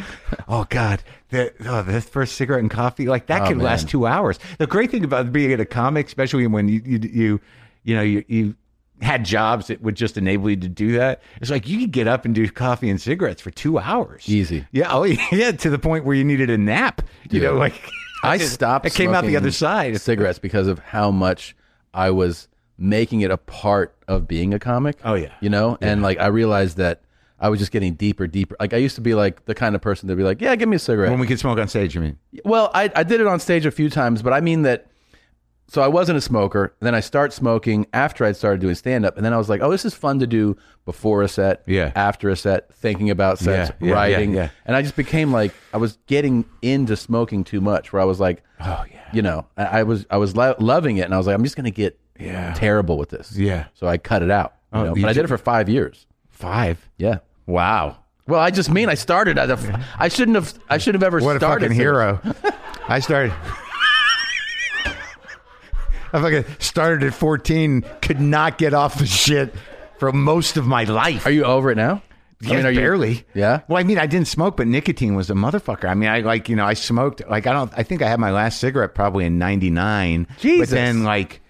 Oh God, the, oh, the first cigarette and coffee like that could last two hours. The great thing about being a comic, especially when you you you, you know you you had jobs that would just enable you to do that. It's like you could get up and do coffee and cigarettes for two hours. Easy. Yeah. Oh yeah. To the point where you needed a nap. You know, like I stopped. I came out the smoking other side. Cigarettes because of how much I was making it a part of being a comic. Oh, yeah. you know, and like I realized that I was just getting deeper, deeper. Like I used to be like the kind of person that'd be like, "Yeah, give me a cigarette." When we could smoke on stage, you mean? Well, I, I did it on stage a few times, but I mean that. So I wasn't a smoker. Then I start smoking after I started doing stand up, and then I was like, "Oh, this is fun to do before a set, Yeah. after a set, thinking about sets, Yeah, yeah, writing." yeah, yeah. And I just became like, I was getting into smoking too much, where I was like, "Oh yeah," you know, I, I was I was lo- loving it, and I was like, "I'm just gonna get Yeah. terrible with this." Yeah. Oh, So I cut it out. you know, you but I did did- it for five years. Five. Yeah. Wow. Well, I just mean I started. At a, I shouldn't have. I shouldn't have ever What a started. fucking cigarettes. hero. I started. I fucking started at 14, could not get off the shit for most of my life. Are you over it now? Yeah, mean, are you- barely. Yeah? Well, I mean, I didn't smoke, but nicotine was a motherfucker. I mean, I like, you know, I smoked. Like, I don't. I think I had my last cigarette probably in '99. Jesus. But then, like,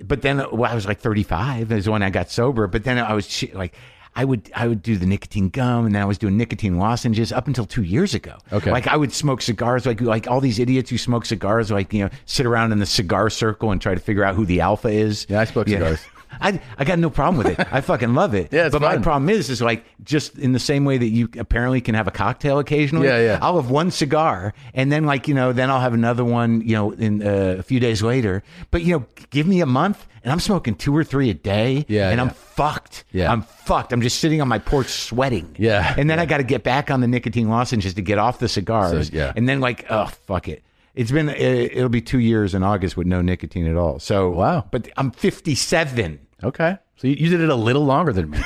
but then uh, well, I was like 35 is when I got sober. But then I was ch- like, I would I would do the nicotine gum, and then I was doing nicotine lozenges up until two years ago. Okay. Like, I would smoke cigars. Like, like all these idiots who smoke cigars, like you know, sit around in the cigar circle and try to figure out who the alpha is. Yeah, I smoke cigars. I, I got no problem with it. I fucking love it. Yeah, it's but my fun. problem is, is like just in the same way that you apparently can have a cocktail occasionally. Yeah, yeah. I'll have one cigar, and then like you know, then I'll have another one. You know, in uh, a few days later. But you know, give me a month, and I'm smoking two or three a day. Yeah, and yeah. I'm fucked. Yeah. I'm fucked. I'm just sitting on my porch sweating. Yeah, and then I got to get back on the nicotine lozenges to get off the cigars. So, yeah. and then like, oh fuck it. It's been it- it'll be two years in August with no nicotine at all. So Wow. but I'm 57. Okay. So you, you did it a little longer than me.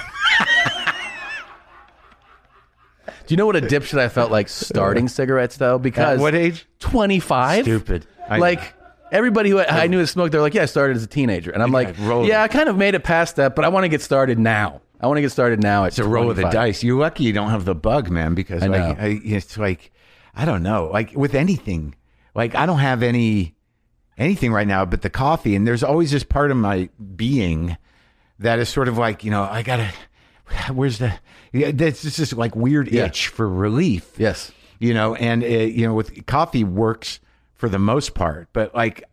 Do you know what a dipshit I felt like starting cigarettes though? Because At what age? 25. Stupid. I- like everybody who I, I knew that smoked, they're like, yeah, I started as a teenager. And I'm like, I'd roll yeah, it. I kind of made it past that, but I want to get started now. I want to get started now. It's to roll of the dice. You're lucky you don't have the bug, man, because I like know. I, it's like I don't know, like with anything, like I don't have any anything right now, but the coffee, and there's always this part of my being that is sort of like you know I gotta. Where's the? Yeah, that's just this like weird Yeah. itch for relief. Yes. you know, and uh, you know, with coffee works for the most part, but like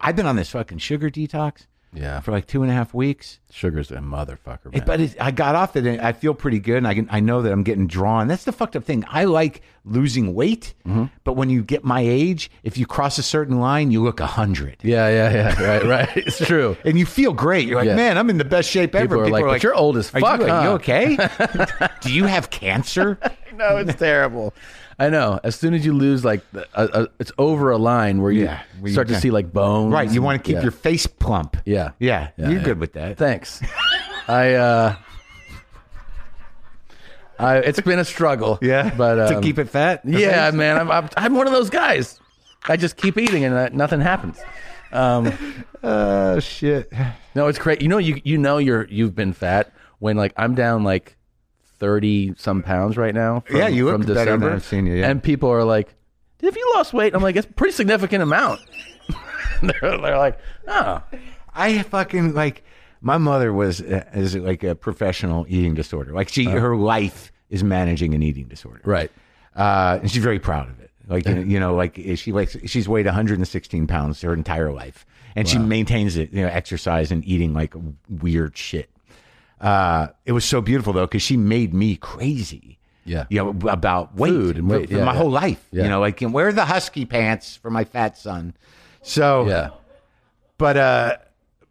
I've been on this fucking sugar detox Yeah. for like two and a half weeks. Sugar's a motherfucker, man. It- but it, I got off it. and I feel pretty good, and I can, I know that I'm getting drawn. That's the fucked up thing. I like losing weight, Mm-hmm. but when you get my age, if you cross a certain line, you look a hundred, yeah, yeah, yeah. Right, right. It's true. and you feel great. You're like, Yeah. man, I'm in the best shape ever. People are like, "But you're old as "Are fuck, You, huh?" are you okay? Do you have cancer? No, it's terrible. I know. As soon as you lose, like, the- a, a, it's over a line where you Yeah, where you start to can't- see like bones. right. You want to keep Yeah. your face plump. Yeah. Yeah. Yeah, you're yeah. good with that. Thanks. I. uh I, it's been a struggle. but to um, keep it fat. Yeah, man, I'm, I'm I'm one of those guys. I just keep eating and uh, nothing happens. Oh shit. No, it's crazy. You know, you you know you're you've been fat when like I'm down like thirty some pounds right now. From, Yeah, you look from better than December. I've seen you, yeah. And people are like, "Have you lost weight?" I'm like, "It's a pretty significant amount." they're, they're like, "Oh, I fucking like my mother was uh, is like a professional eating disorder. Like she her life is managing an eating disorder. Uh-huh. right." Uh, and she's very proud of it. Like you know- you know, like she weighs she's weighed 116 pounds her entire life, and she maintains it. You know, exercise and eating like weird shit. Uh, it was so beautiful though because she made me crazy. Yeah. you know about weight, Food and for- weight, for yeah, my yeah. whole life. Yeah. You know, like and wear the husky pants for my fat son. So Yeah, but uh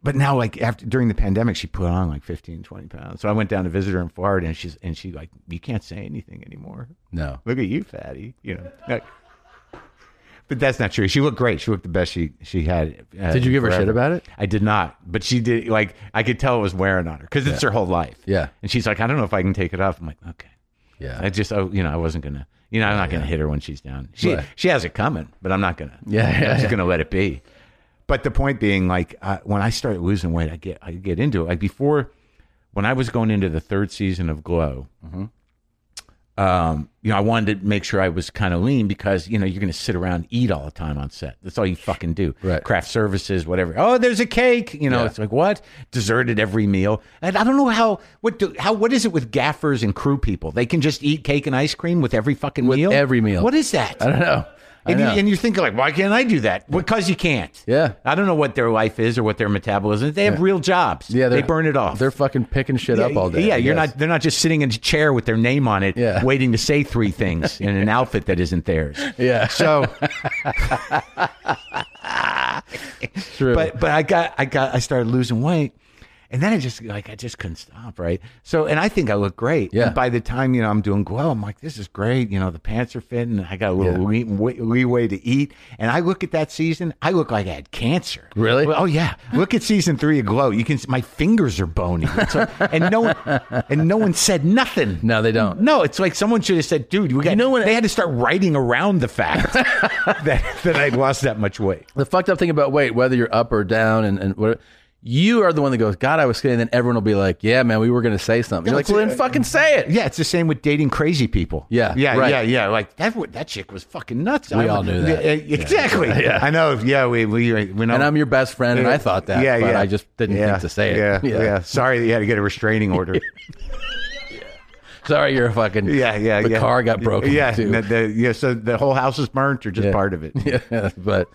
but now like after during the pandemic she put on like 15 20 pounds so i went down to visit her in florida and she's and she like you can't say anything anymore no, look at you fatty you know like- but that's not true she looked great she looked the best she she had uh, Did you give her shit forever. about it? i did not but she did like i could tell it was wearing on her because it's her whole life Yeah. and she's like i don't know if i can take it off i'm like okay i yeah, just oh you know i wasn't gonna you know i'm not gonna hit her when she's down she Right. she has it coming but i'm not gonna Yeah, yeah, i'm just yeah. gonna let it be but the point being, like I, when I started losing weight, I get I get into it. Like before, when I was going into the third season of Glow, Mm-hmm. um, you know, I wanted to make sure I was kind of lean because you know you're going to sit around and eat all the time on set. That's all you fucking do. Right. Craft services, whatever. Oh, there's a cake. You know, Yeah. it's like what dessert at every meal. And I don't know how what do how what is it with gaffers and crew people? They can just eat cake and ice cream with every fucking meal. every meal. What is that? I don't know. I And, know. You, and you're thinking like, why can't I do that? Because you can't. Yeah. I don't know what their life is or what their metabolism. is. They have real jobs. yeah, they they're- burn it off. They're fucking picking shit up all day. Yeah, I you're guess. not. They're not just sitting in a chair with their name on it, Yeah. waiting to say three things in an outfit that isn't theirs. Yeah. So, True. but but I got I got I started losing weight, and then I just like I just couldn't stop. Right. So and I think I look great. Yeah. And by the time you know I'm doing glow, I'm like this is great. You know the pants are fitting. I got a little Yeah. lee- way- leeway to eat. And I look at that season. I look like I had cancer. Really? Well, oh yeah. Look at season three of Glow. You can see my fingers are bony. It's like- and no one and no one said nothing. no, they don't. No, it's like someone should have said, "Dude, we got." You know know what- They had to start writing around the fact that that I'd lost that much weight. the fucked up thing about weight, whether you're up or down, and and what You are the one that goes, God, I was kidding. And then everyone will be like, Yeah, man, we were going to say something. You're like, Well, uh, then fucking say it. Yeah, it's the same with dating crazy people. Yeah, yeah, right. yeah, yeah. Like that. wa- That chick was fucking nuts. We all knew that. Exactly. Yeah. I know. Yeah, we we we know. And I'm your best friend. And I thought that. yeah, but yeah. I just didn't yeah, think to say it. Yeah, yeah, Sorry that you had to get a restraining order. Sorry, you're a fucking. yeah, yeah. The yeah. car got broken. Yeah, too. the- the- yeah. So the whole house is burnt, or just part of it. yeah. But,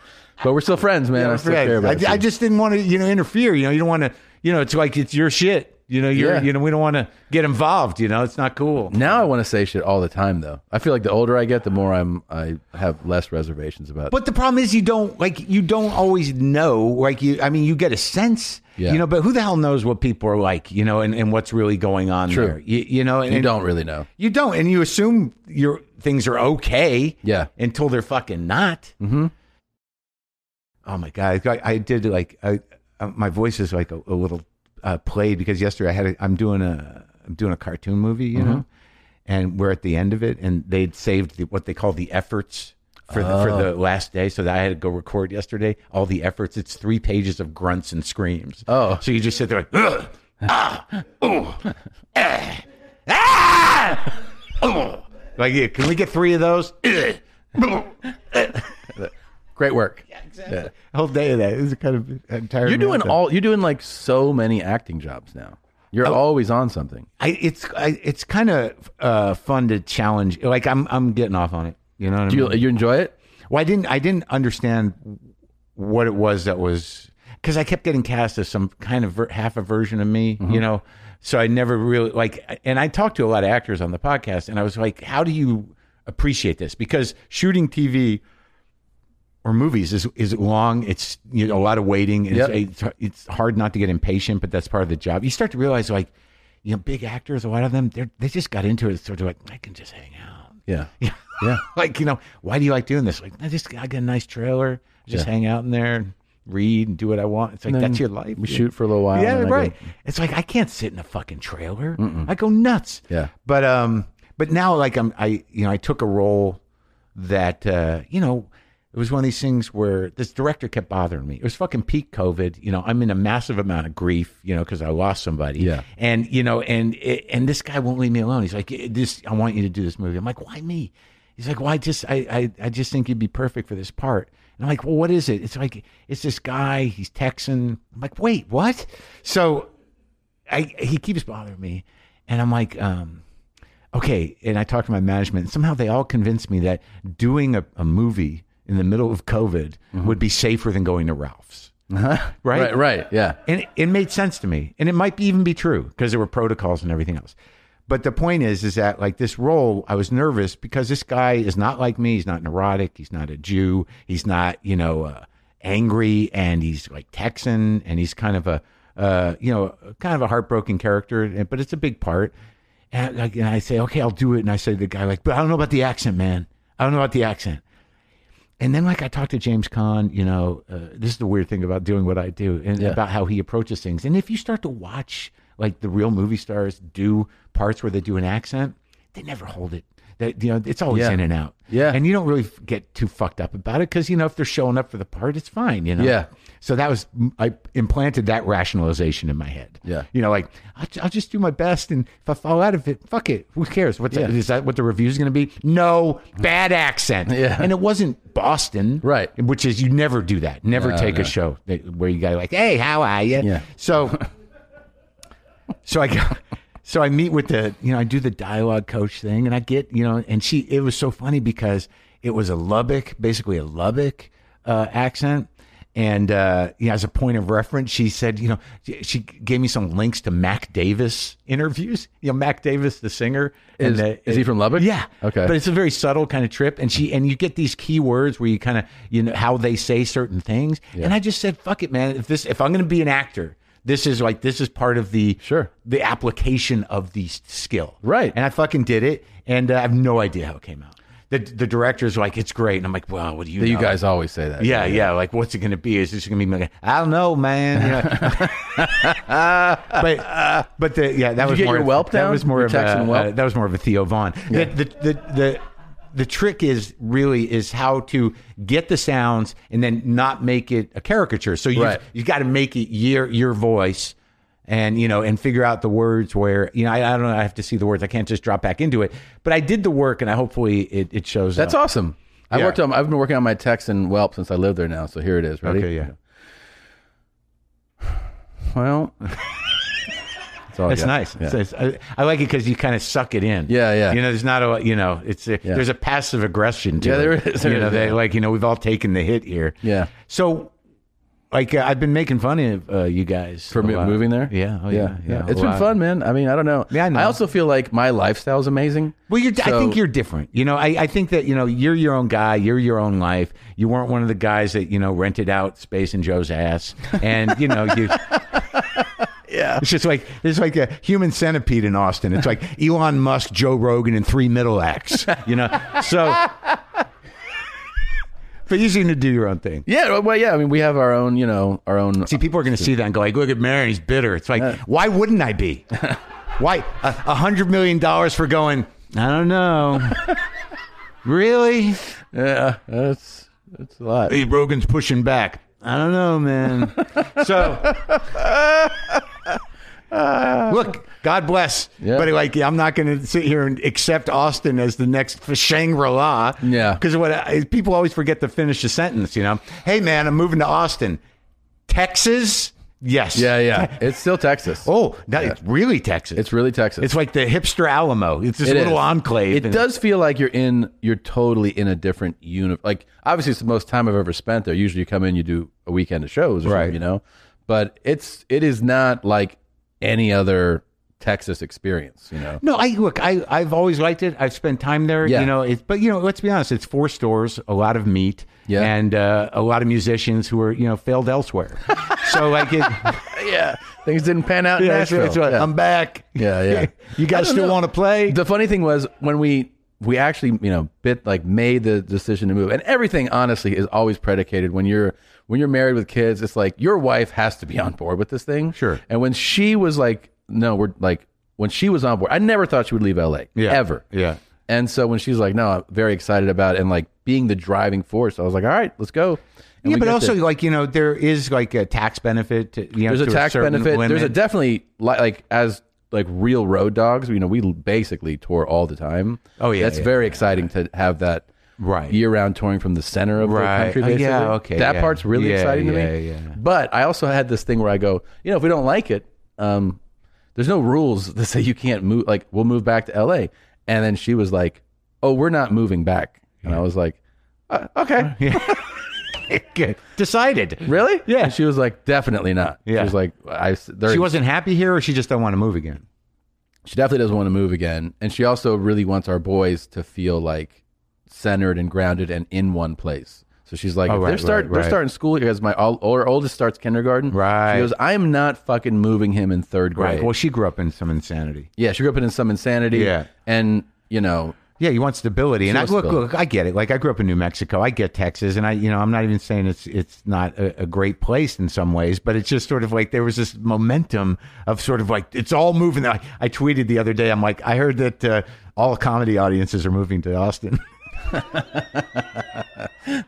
but we're still friends, man. I still Yeah, care I, about you. I just didn't want to, you know, interfere. You know, you don't want to, you know, it's like it's your shit. You know, you're, Yeah. you know, we don't want to get involved. You know, it's not cool. Now I want to say shit all the time, though. I feel like the older I get, the more I'm I have less reservations about. But the problem is you don't like you don't always know like you I mean you get a sense Yeah. you know but who the hell knows what people are like you know and, and what's really going on True. there you, you know and, you don't really know. you don't and you assume your things are okay Yeah. until they're fucking not mm-hmm. oh my god I, I did like I, I my voice is like a, a little uh, played because yesterday I had a, I'm doing a I'm doing a cartoon movie you Mm-hmm. know and we're at the end of it and they'd saved the, what they call the efforts for the, for Oh. the last day so that I had to go record yesterday all the efforts it's three pages of grunts and screams Oh. so you just sit there like Ugh, ah, ooh, eh, ah! Like, yeah, can we get three of those? Great work. Whole day of that. It was kind of uh, entire. You're doing marathon. all. You're doing like so many acting jobs now. You're Oh. always on something. I, it's I, it's kind of uh, fun to challenge. Like I'm I'm getting off on it. You know what Do I mean? you, you enjoy it? Well, I didn't I didn't understand what it was that was because I kept getting cast as some kind of ver- half a version of me, you know. So I never really like, and I talked to a lot of actors on the podcast, and I was like, "How do you appreciate this?" Because shooting TV or movies is is long. It's you know a lot of waiting. and Yep. It's, it's it's hard not to get impatient, but that's part of the job. You start to realize like, you know, big actors, a lot of them, they are they just got into it. So they're like, I can just hang out Yeah. Yeah. like you know why do you like doing this like i just i got a nice trailer I just hang out in there and read and do what i want it's like that's your life We dude. shoot for a little while. yeah and I go- right it's like i can't sit in a fucking trailer i go nuts Yeah. but um but now like i'm i you know i took a role that uh you know it was one of these things where this director kept bothering me. It was fucking peak COVID. You know, I'm in a massive amount of grief, you know, because I lost somebody. Yeah. And, you know, and and this guy won't leave me alone. He's like, "Eh, this, I want you to do this movie. I'm like, why me? He's like, well, I just, I, I, I just think you'd be perfect for this part. And I'm like, well, what is it? It's like, it's this guy, he's Texan. I'm like, wait, what? So I, he keeps bothering me. And I'm like, um, okay. And I talked to my management. And somehow they all convinced me that doing a, a movie in the middle of COVID would be safer than going to Ralph's. Right? Right. Right. Yeah. And it, it made sense to me. And it might be, even be true because there were protocols and everything else. But the point is, is that like this role, I was nervous because this guy is not like me. He's not neurotic. He's not a Jew. He's not, you know, uh, angry and he's like Texan and he's kind of a, uh, you know, kind of a heartbroken character, and- but it's a big part. And, like, and I say, okay, I'll do it. And I say to the guy, like, but I don't know about the accent, man. I don't know about the accent. And then, like, I talked to James Kahn, you know, uh, this is the weird thing about doing what I do and Yeah. about how he approaches things. And if you start to watch, like, the real movie stars do parts where they do an accent, they never hold it. That you know, it's always Yeah. in and out. Yeah. And you don't really f- get too fucked up about it because, you know, if they're showing up for the part, it's fine, you know? Yeah. So that was, I implanted that rationalization in my head. Yeah. You know, like, I'll, I'll just do my best. And if I fall out of it, fuck it. Who cares? What's Yeah. that, is that what the review's going to be? No, bad accent. Yeah. And it wasn't Boston, Right. Which is you never do that. Never take a show that, where you got like, hey, how are you? Yeah. So, so I go, so I meet with the you know I do the dialogue coach thing, and I get you know, and she it was so funny because it was a Lubbock, basically a Lubbock uh, accent. And uh, you know, as a point of reference, she said, you know, she- she gave me some links to Mac Davis interviews. You know, Mac Davis, the singer, Is- is he from Lubbock? Yeah, Okay. But it's a very subtle kind of trip, and she and you get these key words where you kind of you know how they say certain things. And I just said, "Fuck it, man! If this if I'm going to be an actor, this is like this is part of the Sure. the application of the s- skill, Right. And I fucking did it, and uh, I have no idea how it came out. The the director's like, "It's great," and I'm like, "Wow, what do you You know?" guys always say that. Yeah, yeah. Like, what's it going to be? Is this going to be? Like, I don't know, man. You know? but but the, yeah, that was get more your of- whelp That down? was more Your of a, Texan whelp? uh, that was more of a Theo Vaughn. The, the, the, the the trick is really is how to get the sounds and then not make it a caricature. So you Right. you got to make it your your voice, and you know, and figure out the words where you know I, I don't know. I have to see the words. I can't just drop back into it. But I did the work, and I hopefully it, it shows. That's up. awesome. I Yeah. worked on. I've been working on my text in Whelp since I live there now. So here it is. Ready? Okay, yeah. Well, that's all I That's got. nice. Oh, Yeah. It's- it's- I, I like it because you kind of suck it in. Yeah, yeah. You know, there's not a you know, it's a, there's a passive aggression to Yeah, it. there is. There you know, is, they yeah. like you know, we've all taken the hit here. Yeah. So, like, uh, I've been making fun of uh, you guys For a mo- lot. moving there. Yeah, oh, yeah, yeah, yeah. yeah, It's a been lot. fun, man. I mean, I don't know. Yeah, I know. also feel like my lifestyle is amazing. Well, you're, I So- think you're different. You know, I, I think that you know you're your own guy. You're your own life. You weren't one of the guys that you know rented out space in Joe's ass, and you know you. Yeah, it's just like it's like a human centipede in Austin. It's like Elon Musk, Joe Rogan, and three middle acts. You know, so. But you seem to do your own thing. Yeah. Well, yeah. I mean, we have our own. You know, our own. See, people are going to see that and go, like, look at Marin, he's bitter. It's like, why wouldn't I be? why? A a hundred million dollars for going, I don't know. really? Yeah. That's that's a lot. Hey, Rogan's pushing back. I don't know, man. so, look, God bless. Yeah. But like, I'm not going to sit here and accept Austin as the next Shangri La. Yeah. Because what I, people always forget to finish a sentence, you know? Hey, man, I'm moving to Austin. Texas? Yes. Yeah, yeah. It's still Texas. Oh, that, it's really Texas. It's really Texas. It's like the hipster Alamo. It's this It little is. enclave. It and- does feel like you're in. You're totally in a different universe. Like obviously, it's the most time I've ever spent there. Usually, you come in, you do a weekend of shows, or Right. something, You know, but it's it is not like any other Texas experience. You know, No, I look. I I've always liked it. I've spent time there. Yeah. You know, it's but you know, let's be honest. It's four stores, a lot of meat, Yeah. and uh, a lot of musicians who are you know failed elsewhere. so like it, yeah, things didn't pan out. in yeah, it's, Nashville. it's like, Yeah. I'm back. Yeah, yeah. You I guys don't still know. want to play? The funny thing was when we we actually you know bit like made the decision to move, and everything honestly is always predicated when you're when you're married with kids. It's like your wife has to be on board with this thing. Sure. And when she was like, no, we're like when she was on board, I never thought she would leave LA Yeah. ever. Yeah. And so when she's like, no, I'm very excited about it, and like being the driving force, I was like, all right, let's go. And yeah, we but got also the- like you know there is like a tax benefit. To, you know, there's a to tax certain benefit. There's a limit. definitely li- like as like real road dogs. You know, we l- basically tour all the time. Oh, yeah, that's yeah, very exciting to have that Right. year round touring from the center of the Right. country. Oh, yeah, Basically. okay, That yeah. part's really Yeah, exciting to me. yeah, yeah. But I also had this thing where I go, you know, if we don't like it, um, there's no rules that say you can't move. Like we'll move back to L.A. And then she was like, "Oh, we're not moving back." And I was like, uh, "Okay." Good. decided. Really? Yeah. And she was like, definitely not. She Yeah. was like, I. there- She wasn't happy here, or she just don't want to move again. she definitely doesn't want to move again and she also really wants our boys to feel like centered and grounded and in one place so she's like if they're, Oh, right, start, right, they're right. starting school because my all, our oldest starts kindergarten Right. she goes i'm not fucking moving him in third grade Well, she grew up in some insanity. yeah she grew up in some insanity Yeah. and you know Yeah, you want stability, and I, wants look, stability. look, I get it. Like I grew up in New Mexico, I get Texas, and I, you know, I'm not even saying it's it's not a, a great place in some ways, but it's just sort of like there was this momentum of sort of like it's all moving. I, I tweeted the other day, I'm like, I heard that uh, all comedy audiences are moving to Austin.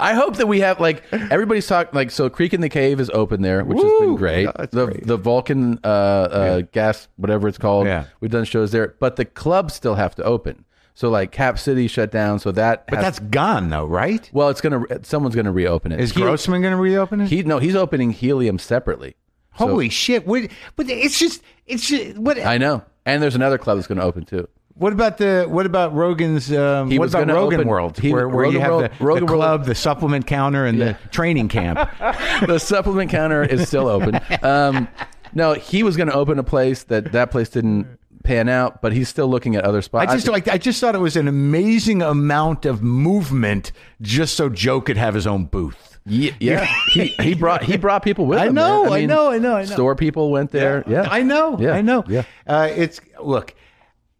I hope that we have like everybody's talking like so Creek in the Cave is open there, which has been Woo! great. Yeah, that's the great. the Vulcan uh, uh, gas whatever it's called. Yeah. We've done shows there, but the clubs still have to open. So like Cap City shut down, so that But that's gone though, right? well, it's gonna someone's gonna reopen it. Is He- Grossman going to reopen it? He no, he's opening Helium separately. Holy shit! What, but it's just it's just, what I know, and there's another club that's gonna open too. What about the what about Rogan's um, He what was about gonna Rogan open- World he- where, where Rogan you have World- the, Rogan the World- club, the supplement counter, and Yeah. the training camp? the supplement counter is still open. Um, no, he was gonna open a place that that place didn't pan out, but he's still looking at other I spots. just like I just thought it was an amazing amount of movement just so Joe could have his own booth. Ye- Yeah, he, he brought he brought people with I him. know, man. I know, I know, I know. Store people went there. Yeah, I know, Yeah, I know. Yeah, Uh, it's look,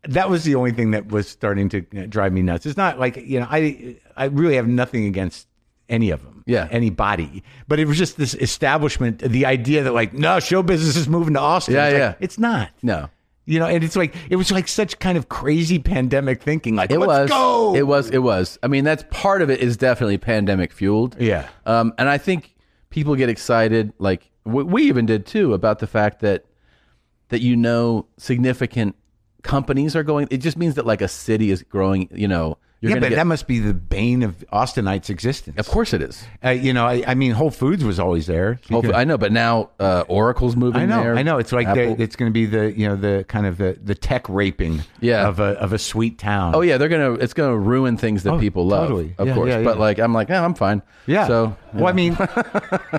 that was the only thing that was starting to uh, drive me nuts. It's not like you know, I I really have nothing against any of them, Yeah. anybody, but it was just this establishment, the idea that like, no, show business is moving to Austin. Yeah, It's like, yeah. it's not. no, You know, and it's like it was like such kind of crazy pandemic thinking. Like, It was. let's go. It was. It was. I mean, that's part of it is definitely pandemic fueled. Yeah. Um, and I think people get excited, like we, we even did too, about the fact that that you know significant companies are going. It just means that like a city is growing. You know, you're yeah, gonna but get. that must be the bane of Austinites' existence. of course, it is. Uh, you know, I, I mean, Whole Foods was always there. You Hopefully, could- I know, but now uh, Oracle's moving I know, there. I know. It's like Apple. the, it's going to be the you know the kind of the, the tech raping Yeah. of a of a sweet town. Oh yeah, they're gonna. It's gonna ruin things that people love. Oh, totally. Of Yeah, course, yeah, but yeah. like I'm like, yeah, I'm fine. Yeah. So well, I mean,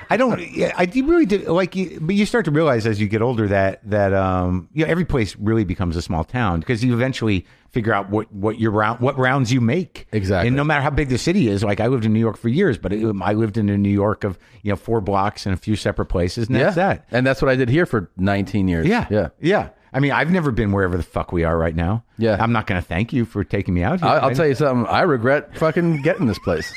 I don't. Yeah, I do really did like. You, but you start to realize as you get older that that um, you know, every place really becomes a small town because you eventually figure out what what your round what rounds you make Exactly. And no matter how big the city is, like I lived in New York for years, but it, I lived in a New York of you know four blocks and a few separate places, and yeah, that's that. and that's what I did here for 19 years. Yeah. yeah. Yeah. I mean, I've never been wherever the fuck we are right now. Yeah. I'm not going to thank you for taking me out here. I, I'll tell you something. I regret fucking getting this place.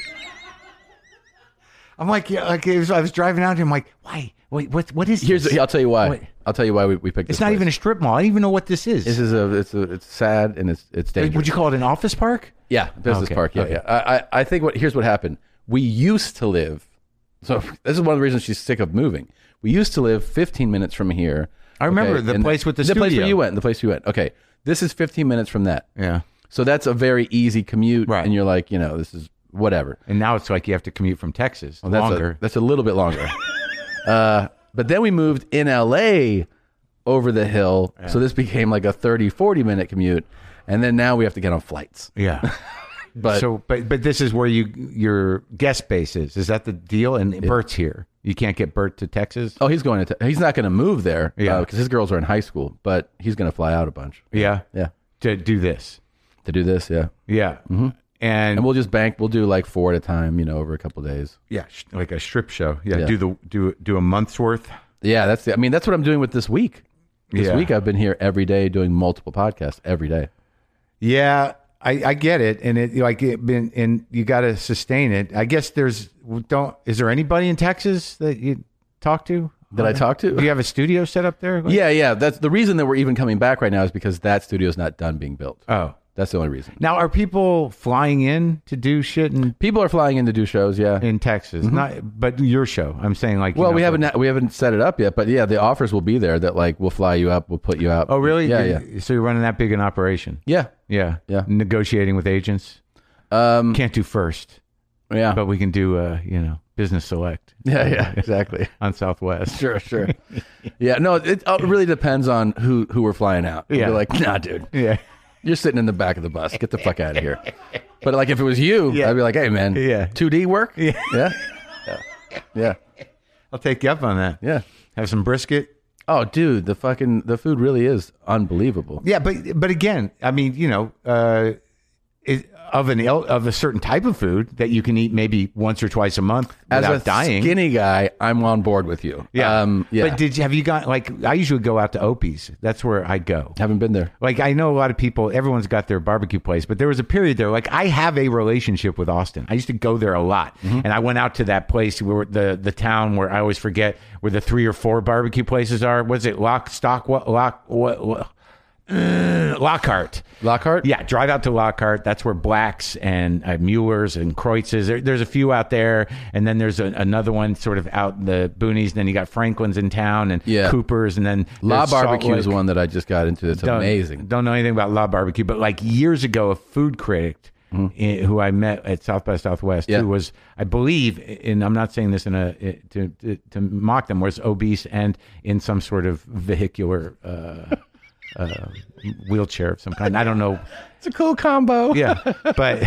I'm like, yeah, like it was, I was driving out here. I'm like, why? Wait, what, what is Here's. this? I'll tell you why. Wait. I'll tell you why we, we picked. It's this not place. even a strip mall. I don't even know what this is. This is a. It's a. It's sad and it's it's dangerous. Would you call it an office park? yeah, business Okay, park. Yeah, okay. yeah. I, I I think what here's what happened. We used to live. So this is one of the reasons she's sick of moving. We used to live 15 minutes from here. I remember the and- place with the the place studio. where you went. The place you went. Okay, this is 15 minutes from that. Yeah. So that's a very easy commute, Right. and you're like, you know, this is whatever. And now it's like you have to commute from Texas That's longer. A, that's a little bit longer. uh, but then we moved in LA over the hill. So this became like a 30, 40 minute commute. And then now we have to get on flights. yeah. But so, but but this is where you your guest base is. Is that the deal? And Bert's here. You can't get Bert to Texas. oh, he's going to, he's not going to move there. uh, Yeah. Because his girls are in high school, but he's going to fly out a bunch. Oh, Yeah. Yeah. To do this. To do this. Yeah. Yeah. Mm-hmm. And And we'll just bank, we'll do like four at a time, you know, over a couple days. Yeah, sh- like a strip show. Yeah, Yeah. do the do do a month's worth. Yeah. That's the, I mean, that's what I'm doing with this week. This Yeah. week I've been here every day doing multiple podcasts every day. Yeah, I, I get it, and it like it been and you got to sustain it. I guess there's don't is there anybody in Texas that you talk to? Uh, Did I talk to? Do you have a studio set up there? Yeah, yeah. That's the reason that we're even coming back right now is because that studio is not done being built. Oh, That's the only reason. now are people flying in to do shit in People are flying in to do shows. Yeah. in Texas? Not, but your show. I'm saying like. you well, know, we for- haven't we haven't set it up yet, but yeah, the offers will be there. That like we'll fly you up, we'll put you out. Oh, really? Yeah, yeah, You're- So you're running that big an operation? yeah, Yeah, Yeah. Negotiating with agents. um, Can't do first, yeah, but we can do uh, you know business select yeah, yeah. Exactly. on Southwest. Sure, sure. yeah, no, it, uh, really depends on who who we're flying out. Yeah. You're like, nah, dude, Yeah. you're sitting in the back of the bus. Get the fuck out of here. But like, if it was you, I'd be like, hey, man, Yeah. two D work. Yeah. yeah, yeah, I'll take you up on that. yeah. Have some brisket. Oh, dude, the fucking the food really is unbelievable. Yeah, but but again, I mean, you know, uh, it, of an el- of a certain type of food that you can eat maybe once or twice a month As without a dying. skinny guy, I'm on board with you. yeah. um, yeah. But did you have you got like I usually go out to Opie's. That's where I go. haven't been there. Like I know a lot of people. Everyone's got their barbecue place, but there was a period there. Like I have a relationship with Austin. I used to go there a lot, Mm-hmm. and I went out to that place where the the town where I always forget where the three or four barbecue places are. Was it Lock Stock? What Lock? What? what uh, Lockhart. Lockhart. Yeah, drive out to Lockhart. That's where Blacks and uh, Muellers and Kreutz's. There, there's a few out there, and then there's a, another one sort of out in the boonies. And then you got Franklin's in town and Yeah. Cooper's, and then La there's Salt Barbecue is Lake. one that I just got into. It's amazing. Don't know anything about La Barbecue, but like years ago, a food critic eh, who I met at South by Southwest, Mm-hmm. Yeah. who was, I believe, and I'm not saying this in a eh, to to, to mock them, was obese and in some sort of vehicular. Uh, uh, wheelchair of some kind. I don't know. It's a cool combo. Yeah, but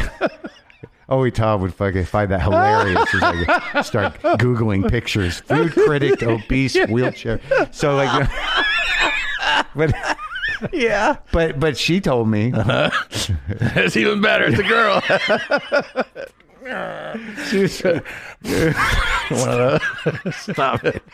Owie Todd would fucking find that hilarious. He's like, start googling pictures, food critic, obese, wheelchair. So like, but yeah. but but she told me it's even better. It's a girl. she was one of those. Stop it.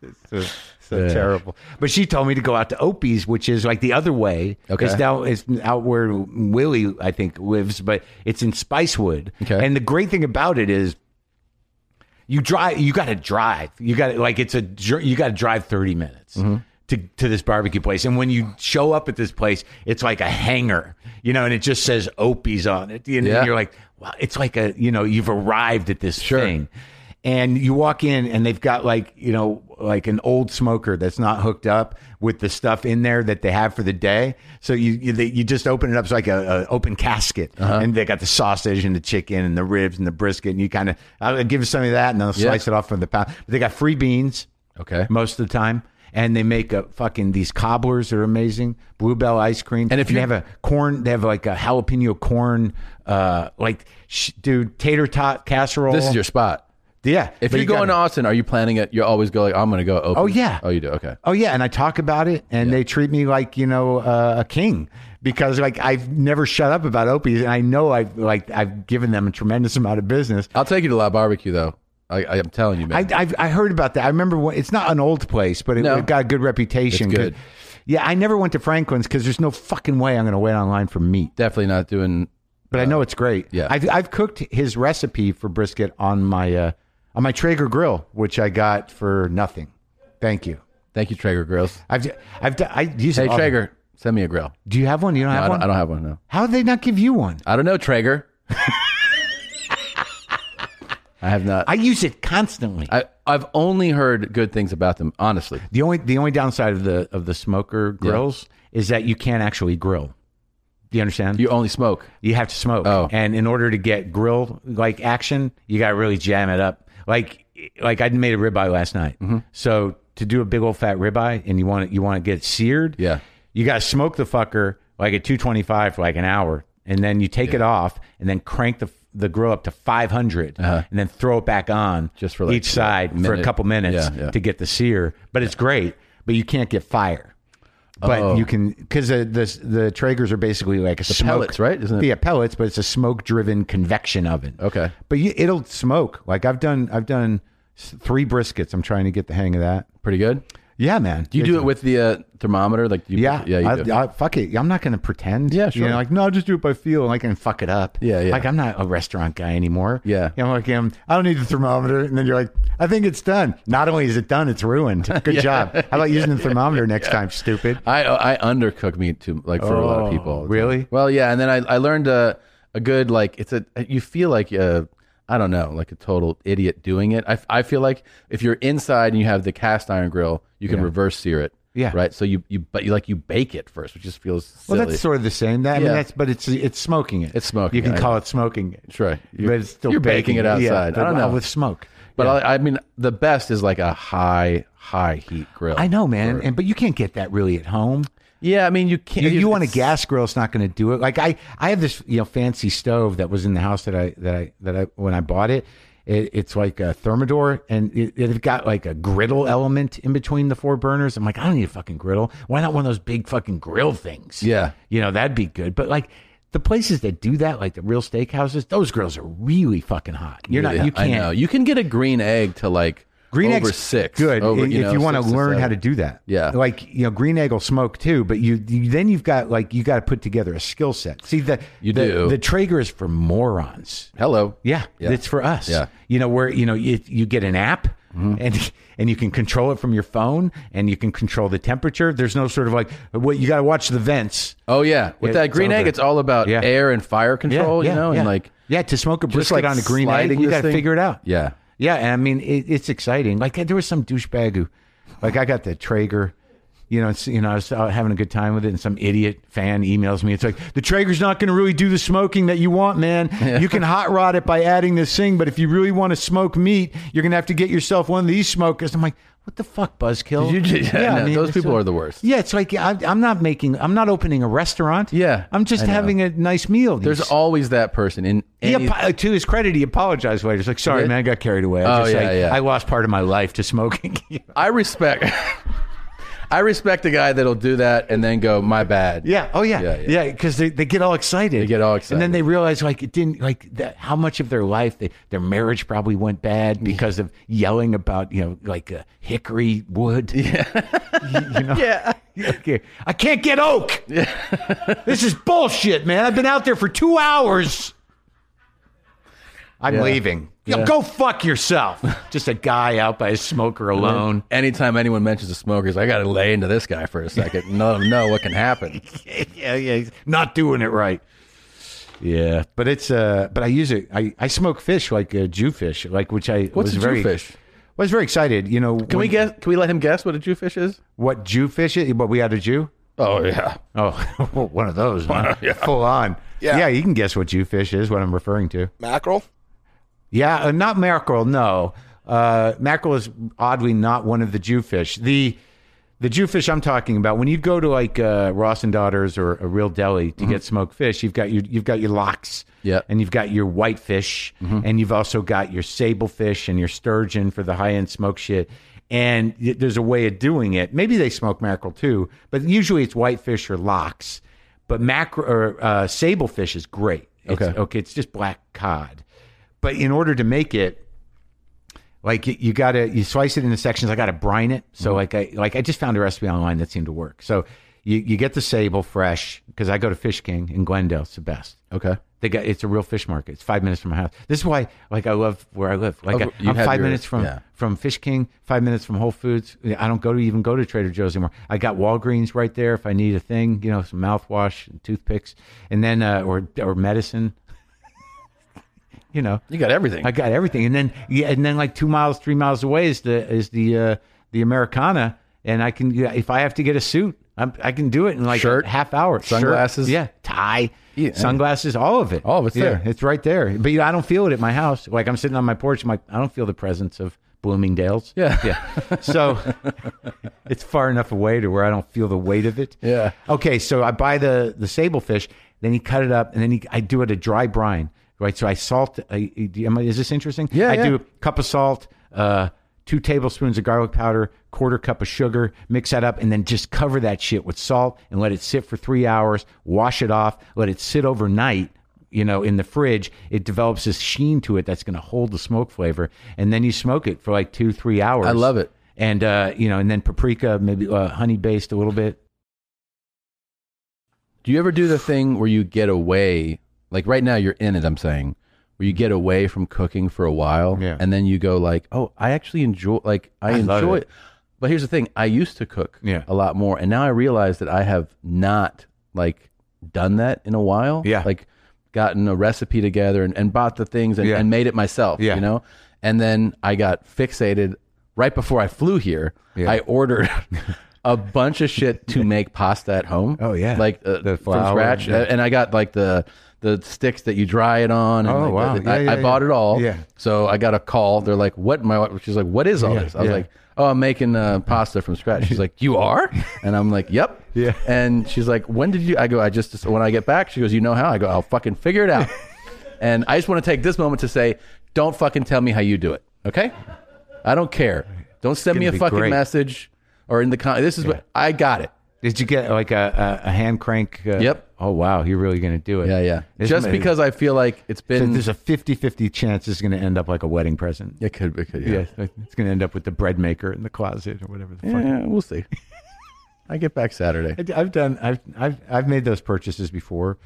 It's so, so Yeah. terrible. But she told me to go out to Opie's, which is like the other way. Okay. It's now it's out where Willie, I think, lives, but it's in Spicewood. Okay. And the great thing about it is Mm-hmm. you drive you got to drive you got to like it's a jour- you got to drive 30 minutes to, to this barbecue place. And when you show up at this place, it's like a hanger, you know, and it just says Opie's on it. And, Yeah. and you're like, wow, it's like a, you know, you've arrived at this thing. And you walk in and they've got like, you know, like an old smoker that's not hooked up with the stuff in there that they have for the day. So you you, they, you just open it up. It's like a, a open casket and they got the sausage and the chicken and the ribs and the brisket. And you kind of, I'll give you some of that and they'll slice it off from the pound. But they got free beans Okay. most of the time. And they make a fucking these cobblers are amazing. Bluebell ice cream, And if they you- have a corn, they have like a jalapeno corn, uh, like sh- dude tater tot casserole. This is your spot. yeah. If but you're you gotta- going to Austin, are you planning it? You always go like, I'm going to go open. Oh, yeah. Oh, you do. Okay. Oh yeah, and I talk about it, and they treat me like you know uh, a king because like I've never shut up about Opie's, and I know I've like I've given them a tremendous amount of business. I'll take you to La Barbecue though. I, I am telling you, man. I I've, I heard about that. I remember when, it's not an old place, but it, No. it got a good reputation. It's good. Yeah, I never went to Franklin's because there's no fucking way I'm going to wait online for meat. Definitely not doing. But I know it's great. yeah. I've I've cooked his recipe for brisket on my uh, on my Traeger grill, which I got for nothing. Thank you. Thank you, Traeger Grills. I've I've d- I use it Hey, all- Traeger, send me a grill. Do you have one? You don't No, have I, one. don't, I don't have one. No. How did they not give you one? I don't know, Traeger. I have not. I use it constantly. I, I've only heard good things about them, honestly. the only the only downside of the of the smoker grills is that you can't actually grill. Do you understand? You only smoke. You have to smoke. Oh. And in order to get grill like action, you got to really jam it up. Like like I made a ribeye last night. Mm-hmm. So to do a big old fat ribeye and you want it you want to get it seared, Yeah. you got to smoke the fucker like at 225 for like an hour and then you take it off and then crank the the grill up to 500 and then throw it back on Uh-huh. Just for, like, each side a for a minute. couple minutes Yeah, yeah. to get the sear but it's great but you can't get fire but Oh. you can because the, the the Traegers are basically like a smoke, pellets, right? Isn't it- Yeah, pellets, but it's a smoke-driven convection oven. Okay. but you, it'll smoke. Like I've done, I've done s- three briskets. I'm trying to get the hang of that. Pretty good. Yeah, man. Do you do it with the uh, thermometer? Like, you, Yeah, yeah, you do. I, I, fuck it. I'm not going to pretend. Yeah, You sure. know, like no, I'll just do it by feel, and I can fuck it up. Yeah, yeah. Like I'm not a restaurant guy anymore. Yeah. You know, like um, I don't need the thermometer, and then you're like, I think it's done. Not only is it done, it's ruined. Good job. How about using the thermometer next time, stupid? I I undercook meat too, like for a lot Oh, of people. really? Well, yeah, and then I, I learned a a good like it's a you feel like uh I don't know like a total idiot doing it. I, I feel like if you're inside and you have the cast iron grill, you can reverse sear it. Yeah. Right. So you you but you like you bake it first, which just feels silly. Well, that's sort of the same. That, I mean, Yeah. that's but it's it's smoking it. It's smoking You can it, I call it smoking it. That's right. But it's still you're baking it Yeah, outside. I don't but know. with smoke. but I, I mean the best is like a high high heat grill. I know, man. And but you can't get that really at home. Yeah, I mean you can't. You, you want a it's- gas grill? It's not going to do it. Like I, I have this you know fancy stove that was in the house that I that I that I when I bought it. It, it's like a thermidor, and it, it got like a griddle element in between the four burners. I'm like, I don't need a fucking griddle. Why not one of those big fucking grill things? Yeah. you know that'd be good. But like the places that do that, like the real steakhouses, those grills are really fucking hot. You're Yeah, not, you can't. I know. You can get a green egg to like Green over egg's six. good over, if know, you want to six learn how seven. to do that. Yeah. like you know, green egg will smoke too, but you, you then you've got like you got to put together a skill set. See the You the, do. the Traeger is for morons. Hello. Yeah, Yeah. it's for us. Yeah. Mm-hmm. you know where you know you, you get an app and and you can control it from your phone and you can control the temperature. There's no sort of like well, you got to watch the vents. Oh yeah, with Yeah, that it's green egg, over. it's all about Yeah. air and fire control. you know, yeah. and like yeah, to smoke a brisket like on a green egg, sliding you this got to thing. figure it out. yeah, Yeah, and I mean it, it's exciting. Like there was some douchebag who, like I got the Traeger, you know, it's, you know I was out having a good time with it, and some idiot fan emails me. It's like the Traeger's not going to really do the smoking that you want, man. You can hot rod it by adding this thing, but if you really want to smoke meat, you're going to have to get yourself one of these smokers. I'm like. What the fuck, Buzzkill? Did you- yeah, no, those it's people like- are the worst. Yeah, it's like I, I'm not making, I'm not opening a restaurant. Yeah, I'm just I know. having a nice meal. there's You s- always that person in he any. apo- to his credit, he apologized later. He's like, "Sorry, did? man, I got carried away. Oh, I, just, yeah, like, yeah. I lost part of my life to smoking." I respect. I respect a guy that'll do that and then go, "My bad." yeah. Oh, yeah. Yeah, Yeah. yeah. Because they, they get all excited. They get all and then excited. they realize like it didn't like that, how much of their life they, their marriage probably went bad because of yelling about you know like uh, hickory wood. Yeah. you know? Yeah. I can't get oak. Yeah. this is bullshit, man. I've been out there for two hours. I'm Yeah. leaving. Yo, Yeah. go fuck yourself. Just a guy out by a smoker alone. Anytime anyone mentions a smoker, he's like, I got to lay into this guy for a second and let him know what can happen. yeah, yeah, he's not doing it right. Yeah, but it's uh, but I use it. I I smoke fish like uh, Jewfish, like which I What's was a very Jewfish? I was very excited. You know, Can we guess? Can we let him guess what a Jewfish is? what Jewfish is? What we had a Jew? Oh yeah, Oh, well, one of those, huh? full on. Yeah. you can guess what Jewfish is. What I'm referring to. Mackerel? Yeah, uh, not mackerel. No, uh, mackerel is oddly not one of the Jewfish. The the Jewfish I'm talking about. When you go to like uh, Ross and Daughters or a real deli to get smoked fish, you've got your you've got your locks. Mm-hmm. Yeah. and you've got your whitefish, and you've also got your sablefish and your sturgeon for the high end smoke shit. And y- there's a way of doing it. Maybe they smoke mackerel too, but usually it's whitefish or locks. But mackerel or uh, sablefish is great. It's- Okay. okay, it's just black cod. But in order to make it, like you, you gotta you slice it into sections. I gotta brine it. So like I like I just found a recipe online that seemed to work. So you, you get the sable fresh because I go to Fish King in Glendale. It's the best. okay. They got it's a real fish market. It's five minutes from my house. This is why like I love where I live. Like Oh, I, you I'm have five your- minutes from yeah. from Fish King, five minutes from Whole Foods. I don't go to even go to Trader Joe's anymore. I got Walgreens right there if I need a thing, you know, some mouthwash and toothpicks, and then uh, or or medicine. you know, You got everything. I got everything, and then yeah, and then like two miles, three miles away is the is the uh, the Americana, and I can yeah, if I have to get a suit, I'm, I can do it in like Shirt, a half hour. Shirt, sunglasses. yeah, tie, Yeah. sunglasses, all of it, All of it's yeah, there. It's right there, but you know, I don't feel it at my house. Like I'm sitting on my porch, I'm like I don't feel the presence of Bloomingdale's. Yeah. yeah. So it's far enough away to where I don't feel the weight of it. Yeah. Okay, so I buy the the sable fish, then you cut it up, and then you, I do it a dry brine, right? So I salt. I, I- am I- is this interesting? Yeah, I yeah. do a cup of salt, uh, two tablespoons of garlic powder, quarter cup of sugar. Mix that up, and then just cover that shit with salt and let it sit for three hours. Wash it off. Let it sit overnight. You know, in the fridge, it develops this sheen to it that's going to hold the smoke flavor, and then you smoke it for like two, three hours. I love it. And uh, you know, and then paprika, maybe uh, honey based a little bit. Do you ever do the thing where you get away? Like right now, you're in it. I'm saying, where you get away from cooking for a while, Yeah. and then you go like, "Oh, I actually enjoy. Like, I, I love enjoy it. it." But here's the thing: I used to cook Yeah. a lot more, and now I realize that I have not like done that in a while. Yeah. like gotten a recipe together and, and bought the things and, Yeah. and made it myself. Yeah. you know. And then I got fixated right before I flew here. Yeah. I ordered. A bunch of shit to make pasta at home. Oh, yeah. like uh, The flour, from scratch. yeah. And I got like the the sticks that you dry it on. And Oh, like, wow. the- Yeah, I, yeah, I yeah. bought it all. Yeah. So I got a call. They're like, "What?" My wife- she's like, "What is all Yeah, this?" I was yeah. like, "Oh, I'm making uh, pasta from scratch." She's like, "You are?" And I'm like, "Yep." Yeah. And she's like, "When did you?" I go, "I just just- when I get back." She goes, "You know how?" I go, "I'll fucking figure it out." and I just want to take this moment to say, don't fucking tell me how you do it. Okay. I don't care. Don't send me gonna a be fucking great. message or in the con. This is what I got it. Did you get like a, a, a hand crank? Uh, Yep. Oh, wow. You're really going to do it. Yeah, yeah. This Just ma- because I feel like it's so been. there's a 50 50 chance it's going to end up like a wedding present. it could be. Could, Yeah. like, It's going to end up with the bread maker in the closet or whatever the fuck. Yeah, we'll see. I get back Saturday. I, have done, I've, I've, I've made those purchases before.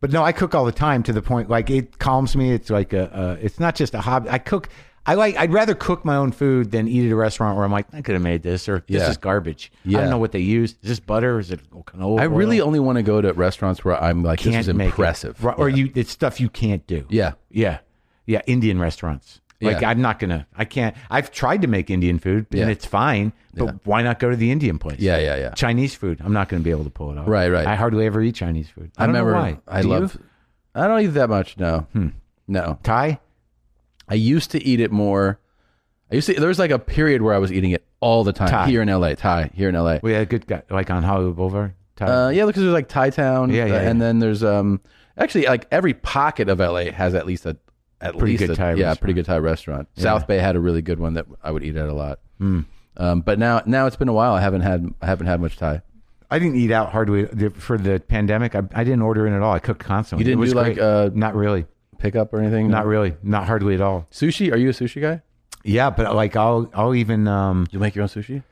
But no, I cook all the time to the point like it calms me. It's like a, uh, it's not just a hobby. I cook, I like, I'd rather cook my own food than eat at a restaurant where I'm like, I could have made this or this Yeah. is garbage. I Yeah. don't know what they use. Is this butter? Is it canola? I really oil? only want to go to restaurants where I'm like, can't this is make it. impressive. Right, Or you, it's stuff you can't do. Yeah. Yeah. Yeah. Indian restaurants. Like Yeah. I'm not gonna I can't I've tried to make Indian food and Yeah. it's fine, but why not go to the Indian place? Yeah, yeah, yeah. Chinese food, I'm not gonna be able to pull it off. Right, right. I hardly ever eat Chinese food. I, don't remember. know why. I Do love. you? Hmm. I don't eat that much. No. No. Thai? I used to eat it more. I used to. There was like a period where I was eating it all the time Thai. here in LA. Thai here in LA. We had a good guy like on Hollywood Boulevard. Thai. Uh, yeah, because there's like Thai Town. Yeah, yeah, uh, And yeah. then there's um actually like every pocket of LA has at least a at Pretty least good a, Thai yeah restaurant. pretty good Thai restaurant. South Bay had a really good one that I would eat at a lot. Hmm. Um, but now now it's been a while. I haven't had I haven't had much Thai. I didn't eat out hardly for the pandemic. I, I didn't order in at all. I cooked constantly. You didn't It was do, like, great. uh, not really. Pickup or anything? Not really. Not hardly at all. sushi. Are you a sushi guy? Yeah, but like I'll I'll even um You make your own sushi?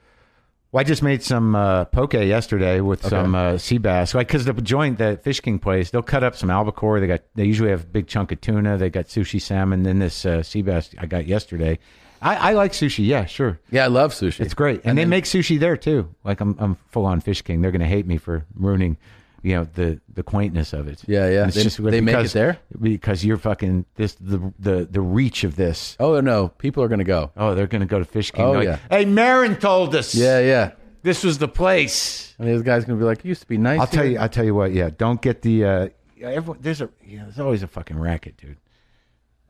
Well, I just made some uh, poke yesterday with some uh, sea bass. Like, because the joint, the Fish King place, they'll cut up some albacore. They got they usually have a big chunk of tuna. They got sushi salmon. Then this uh, sea bass I got yesterday. I, I like sushi. Yeah, sure. Yeah, I love sushi. It's great, and, they make sushi there too. Like I'm, I'm full on Fish King. They're going to hate me for ruining, you know, the the quaintness of it. Yeah, yeah. And it's They- just they make it because- there? because you're fucking this the the the reach of this. Oh no, people are gonna go. Oh, they're going to go to Fish King. Oh, They're like, yeah. Hey, Marin told us. Yeah, yeah. this was the place. And these guys gonna be like, it used to be nice. I'll tell here." you. I'll tell you what. Yeah, don't get the. Uh, everyone, there's a. You know, there's always a fucking racket, dude.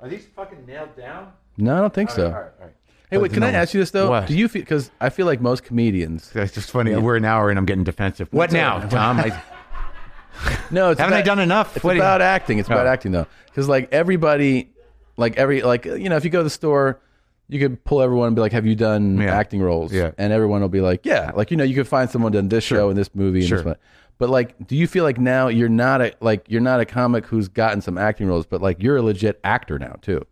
Are these fucking nailed down? No, I don't think so. all right. Hey, wait, can I ask you this though? What? Do you feel because I feel like most comedians? That's just funny. We're an hour and I'm getting defensive. What now, Tom? I, No, it's Haven't I about- done enough? It's What do you- about acting. It's about Oh. acting though, because like everybody, like every like you know, if you go to the store, you could pull everyone and be like, "Have you done Yeah. acting roles?" Yeah. and everyone will be like, "Yeah." Like you know, you could find someone done this show and this movie and this Sure. one. But like, do you feel like now you're not a like you're not a comic who's gotten some acting roles, but like you're a legit actor now too?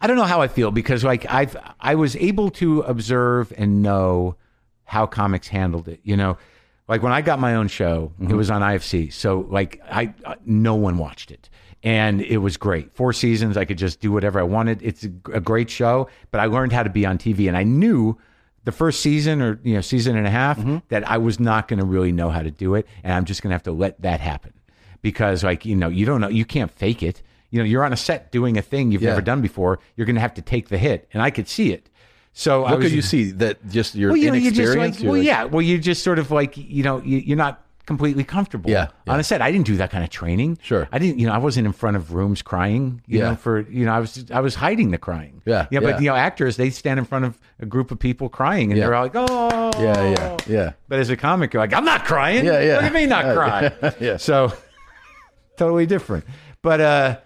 I don't know how I feel because like I've I was able to observe and know how comics handled it. You know, like when I got my own show, it was on IFC, so like I, I no one watched it. And it was great. Four seasons, I could just do whatever I wanted. It's a, a great show, but I learned how to be on TV, and I knew the first season or you know season and a half that I was not going to really know how to do it, and I'm just going to have to let that happen because like you know you don't know you can't fake it. You know you're on a set doing a thing you've never done before. You're going to have to take the hit, and I could see it. So I What was could you see that just your well, you know, you inexperience? just like, You're well, yeah, well, you just sort of like, you know, you, you're not completely comfortable. Yeah, On a set, I didn't do that kind of training. Sure. I didn't, you know, I wasn't in front of rooms crying. You Yeah. know, for you know, I was I was hiding the crying. Yeah, yeah. Yeah, but you know, actors they stand in front of a group of people crying, and Yeah. they're all like, oh, yeah, yeah, yeah. But as a comic, you're like, I'm not crying. Yeah, yeah. What do you mean not Yeah, crying? yeah, yeah. So totally different. But uh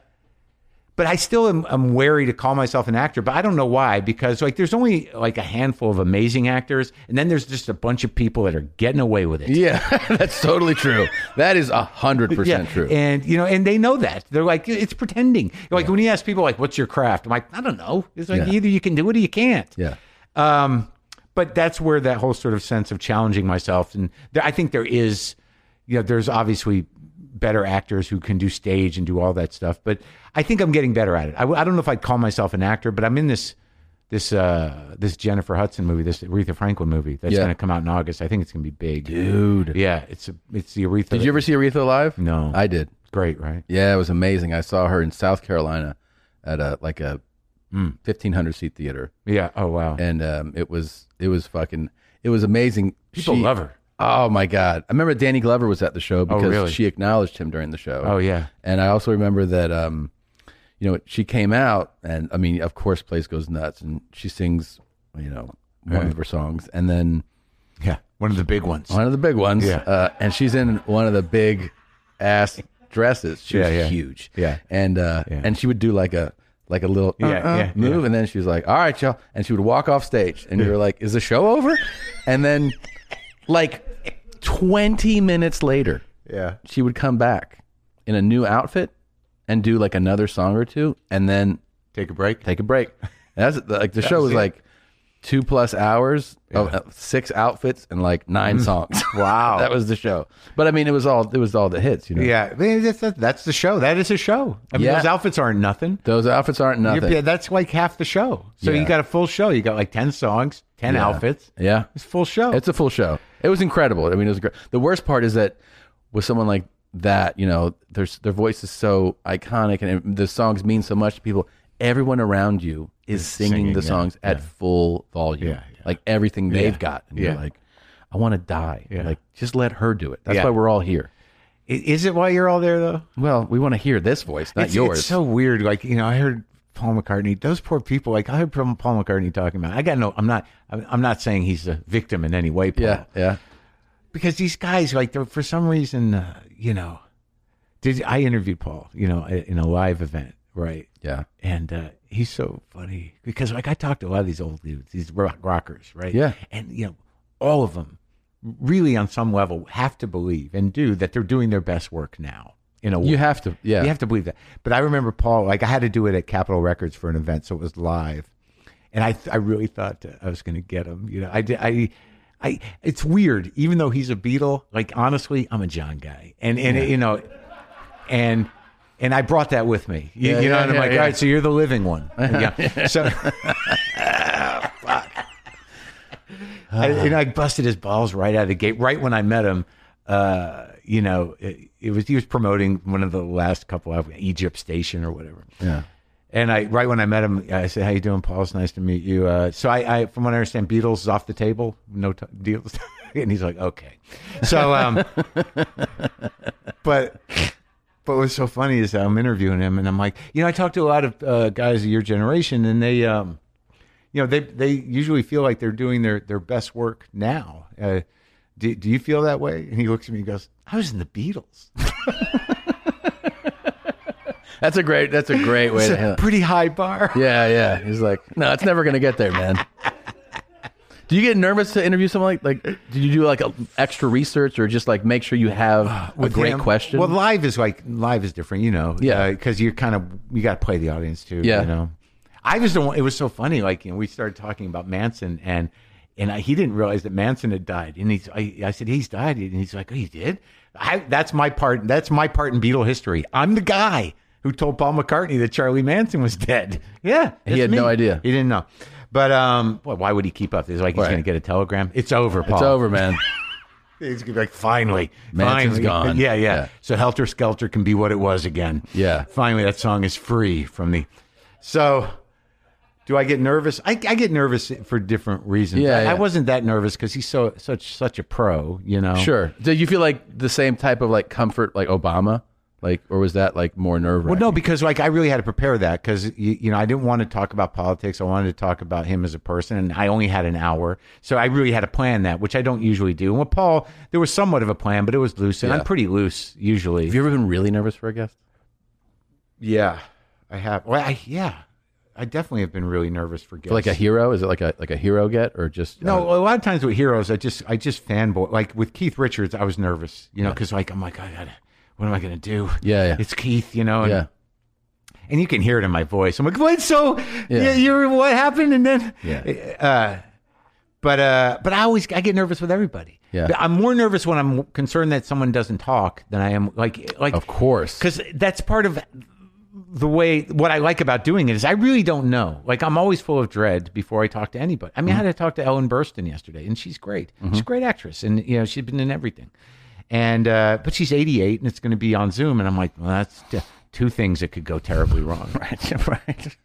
but I still am I'm wary to call myself an actor, but I don't know why, because like there's only like a handful of amazing actors, and then there's just a bunch of people that are getting away with it. Yeah, that's totally true. That is a hundred percent true. And you know, and they know that. They're like, it's pretending. Like when you ask people like, what's your craft? I'm like, I don't know. It's like Yeah. either you can do it or you can't. yeah. Um, but that's where that whole sort of sense of challenging myself, and there, I think there is, you know, there's obviously better actors who can do stage and do all that stuff, but I think I'm getting better at it. I, w- I don't know if I'd call myself an actor, but I'm in this this uh this Jennifer Hudson movie, this Aretha Franklin movie that's Yeah. going to come out in August. I think it's going to be big, dude. Yeah, it's a, it's the Aretha. Did you ever see Aretha live? No. I did. Great, right? Yeah, it was amazing. I saw her in South Carolina at a like a hmm, fifteen hundred seat theater, Yeah. Oh wow. and um, it was it was fucking it was amazing. People She- love her. Oh my god! I remember Danny Glover was at the show because really? she acknowledged him during the show. Oh yeah. And I also remember that, um, you know, she came out, and I mean, of course, place goes nuts, and she sings, you know, one of her songs, and then Yeah. One of the big ones. one of the big ones, Yeah. uh, and she's in one of the big ass dresses. She was Yeah, yeah. huge, Yeah. and uh, and she would do like a like a little uh, Yeah, uh, yeah, move, and then she was like, "All right, y'all," and she would walk off stage, and you were like, "Is the show over?" and then, like, twenty minutes later, Yeah. she would come back in a new outfit and do like another song or two and then Take a break. take a break. And that's like the show was it. like two plus hours of uh, six outfits and like nine Mm. songs. Wow. that was the show. But I mean, it was all it was all the hits, you know. Oh. Yeah, I mean, that's, that- that's the show. That is a show. I mean, Yeah. those outfits aren't nothing. Those outfits aren't You're- nothing. yeah, that's like half the show. So Yeah. you got a full show. You got like ten songs, ten outfits. yeah. It's a full show. It's a full show. It was incredible. I mean, it was great. The worst part is that with someone like that, you know, their their voice is so iconic and the songs mean so much to people. Everyone around you is singing, singing, the yeah, songs at full volume, Yeah, yeah. like everything they've got. And you're yeah. like, I want to die. Yeah. Like, just let her do it. That's Yeah. why we're all here. I- is it why you're all there though? Well, we want to hear this voice, not it's, yours. It's so weird. Like you know, I heard Paul McCartney. Those poor people. Like I heard Paul McCartney talking about. I got no. I'm not. I'm I'm not saying he's a victim in any way. Paul. yeah, yeah. because these guys like they're for some reason uh, you know did i interviewed paul you know i- in a live event right Yeah. and uh, he's so funny because like i talked to a lot of these old dudes these rock rockers right Yeah. and you know all of them really on some level have to believe and do that they're doing their best work now in a way You have to. Yeah. you have to believe that. But I remember Paul, like I had to do it at Capitol Records for an event, so it was live, and I I really thought that I was going to get him. You know, I did I. I it's weird. Even though he's a Beatle, like honestly, I'm a John guy, and and you know, and and I brought that with me. You, Yeah, you know, yeah, and I'm yeah, like, yeah. all right, so you're the living one. Yeah. So. Uh. I, and I busted his balls right out of the gate. Right when I met him, uh, you know, it, it was he was promoting one of the last couple of Egypt Station or whatever. Yeah. And I, right when I met him, I said, "How you doing, Paul? It's nice to meet you." Uh, so I, I, from what I understand, Beatles is off the table, no t- deals. and he's like, "Okay." So, um, but, but what's so funny is I'm interviewing him, and I'm like, you know, I talk to a lot of uh, guys of your generation, and they, um, you know, they they usually feel like they're doing their their best work now. Uh, do, do you feel that way? And he looks at me and goes, "I was in the Beatles." That's a great. That's a great way to handle. it. Pretty high bar. uh, Yeah, yeah. He's like, no, it's never gonna get there, man. Do you get nervous to interview someone like like? Do you do like a, extra research or just like make sure you have a with great him. question? Well, live is like live is different, you know. Yeah. because you're kind of you got to play the audience too. Yeah. you know. I just don't. want- It was so funny. Like you know, we started talking about Manson and. And I, he didn't realize that Manson had died. And he's, I, I said, he's died. And he's like, oh, he did? I, that's my part. That's my part in Beatle history. I'm the guy who told Paul McCartney that Charlie Manson was dead. Yeah. He that's had no me. idea. He didn't know. But um, well, why would he keep up? He's like, he's Right. going to get a telegram. It's over, Paul. it's over, man. He's gonna be like, finally, Manson's finally. gone. Yeah, yeah, Yeah. So Helter Skelter can be what it was again. Yeah. Finally, that song is free from the. So, do I get nervous? I, I get nervous for different reasons. Yeah, I, I yeah. wasn't that nervous because he's so such such a pro. You know. Sure. Did you feel like the same type of like comfort like Obama? Like, or was that like more nerve? Well, no, because like I really had to prepare that because you, you know I didn't want to talk about politics. I wanted to talk about him as a person, and I only had an hour, so I really had to plan that, which I don't usually do. And with Paul, there was somewhat of a plan, but it was loose, and I'm pretty loose usually. Have you ever been really nervous for a guest? Yeah, I have. Well, I, yeah, I definitely have been really nervous for guests. For like a hero? Is it like a like a hero get or just uh, no, a lot of times with heroes, I just I just fanboy. Like with Keith Richards, I was nervous, you know, because like I'm like I gotta, what am I gonna do? Yeah, yeah. it's Keith, you know. And, yeah. and you can hear it in my voice. I'm like, what? So Yeah. yeah. you're what happened, and then Yeah. Uh, but uh, but I always I get nervous with everybody. Yeah. But I'm more nervous when I'm concerned that someone doesn't talk than I am like like Of course. because that's part of the way what I like about doing it is I really don't know. Like I'm always full of dread before I talk to anybody. I mean, I had to talk to Ellen Burstyn yesterday, and she's great. She's a great actress, and you know she's been in everything. And uh, but she's 88, and it's going to be on Zoom, and I'm like, well, that's t- two things that could go terribly wrong, right? right.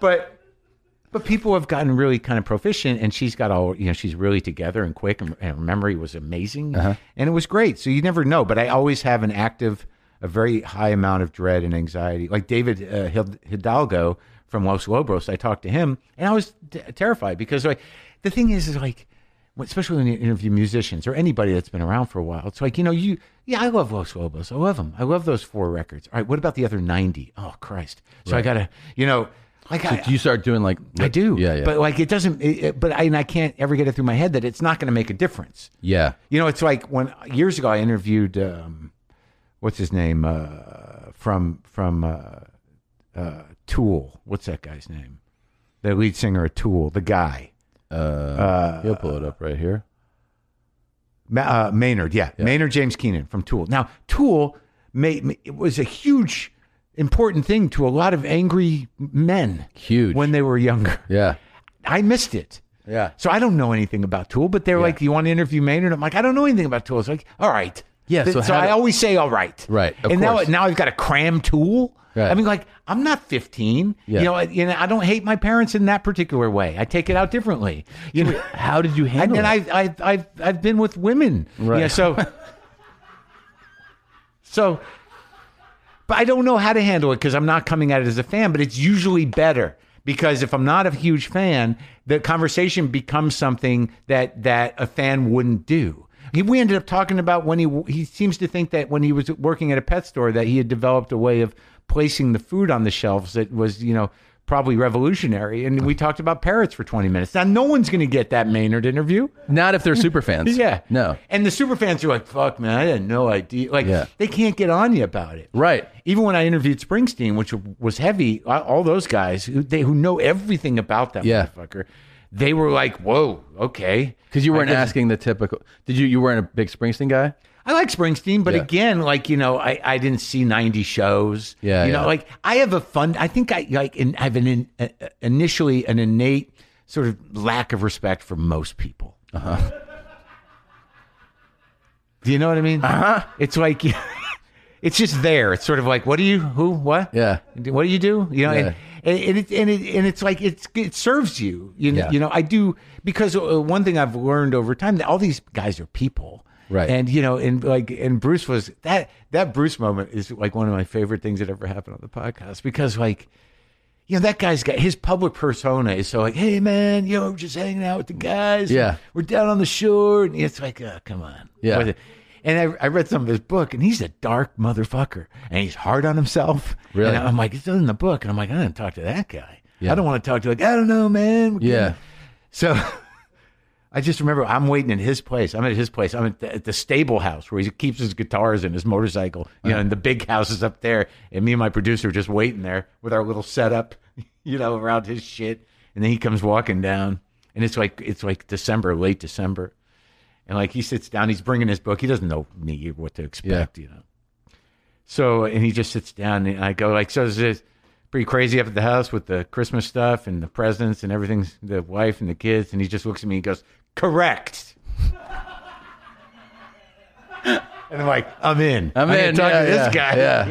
but but people have gotten really kind of proficient, and she's got all you know. She's really together and quick, and, and her memory was amazing, and it was great. So you never know. But I always have an active, a very high amount of dread and anxiety. Like David uh, Hid- Hidalgo from Los Lobos, I talked to him, and I was t- terrified because like the thing is, is like when- especially when you interview musicians or anybody that's been around for a while. It's like, you know, you, yeah, I love Los Lobos. I love them. I love those four records. All right, what about the other 90? Oh, Christ. So I got to, you know, like I, Do you start doing like I do. Yeah, yeah. But like it doesn't, it, it- but I, and I can't ever get it through my head that it's not going to make a difference. yeah. You know, it's like when years ago I interviewed, um, what's his name? Uh, from, from, uh, uh, Tool. What's that guy's name? The lead singer of Tool, the guy. He'll pull it up right here. Ma- uh, Maynard, yeah. Maynard James Keenan from Tool. Now, Tool made, ma- it was a huge, important thing to a lot of angry men Huge. when they were younger. Yeah. I missed it. Yeah. So I don't know anything about Tool, but they're like, "You want to interview Maynard?" I'm like, "I don't know anything about Tool." It's like, "All right." Yeah, Th- so So, how I do- always say, "All right." Right, of and now, course. now I've got to cram Tool. Right. I mean, like, I'm not 15. Yeah. You know, I, you know, I don't hate my parents in that particular way. I take it out differently. You know, How did you and, handle and it? I've, I've I've I've been with women. Right. Yeah. So. so. But I don't know how to handle it because I'm not coming at it as a fan. But it's usually better because if I'm not a huge fan, the conversation becomes something that that a fan wouldn't do. He- We ended up talking about when he he seems to think that when he was working at a pet store that he had developed a way of placing the food on the shelves that was you know probably revolutionary and we talked about parrots for 20 minutes now no one's going to get that maynard interview Not if they're super fans. yeah. No. And the super fans are like, fuck, man, I had no idea. Like, Yeah. they can't get on you about it. Right. Even when I interviewed Springsteen, which was heavy, I- all those guys who, they, who know everything about that Yeah. motherfucker, they were like, "Whoa, okay." Because you weren't asking the typical. Did you? You weren't a big Springsteen guy. I like Springsteen, but Yeah. again, like you know, I, I didn't see ninety shows. Yeah, you know, yeah. like I have a fun. I think I like in, I have an in, uh, initially an innate sort of lack of respect for most people. Uh huh. Uh-huh. Do you know what I mean? Uh-huh. Uh huh. It's like it's just there. It's sort of like, what do you? Who? What? Yeah. What do you do? You know, Yeah. and, and it and it and it's like it's it serves you. You know, Yeah. you know. I do because uh, one thing I've learned over time that all these guys are people, Right. And you know, and like and Bruce was that that Bruce moment is like one of my favorite things that ever happened on the podcast because like. You know that guy's got his public persona is so like, hey man, you know, just hanging out with the guys. Yeah. we're down on the shore, and it's like, oh, come on. Yeah. What- and I, I read some of his book, and he's a dark motherfucker, and he's hard on himself. Really? And I'm like, it's in the book, and I'm like, I didn't talk to that guy. Yeah. I don't want to talk to like, I don't know, man. We're Yeah. getting-" So I just remember I'm waiting in his place. I'm at his place. I'm at the, at the stable house where he keeps his guitars and his motorcycle. You know, and the Uh-huh. big house is up there, and me and my producer are just waiting there with our little setup, you know, around his shit. And then he comes walking down, and it's like it's like December, late December. And like he sits down, he's bringing his book. He doesn't know me or what to expect, you know. So and he just sits down, and I go like, "So is this pretty crazy up at the house with the Christmas stuff and the presents and everything, the wife and the kids?" And he just looks at me and goes, "Correct." and I'm like, "I'm in. I mean, I didn't talk yeah, to this yeah, guy. Yeah,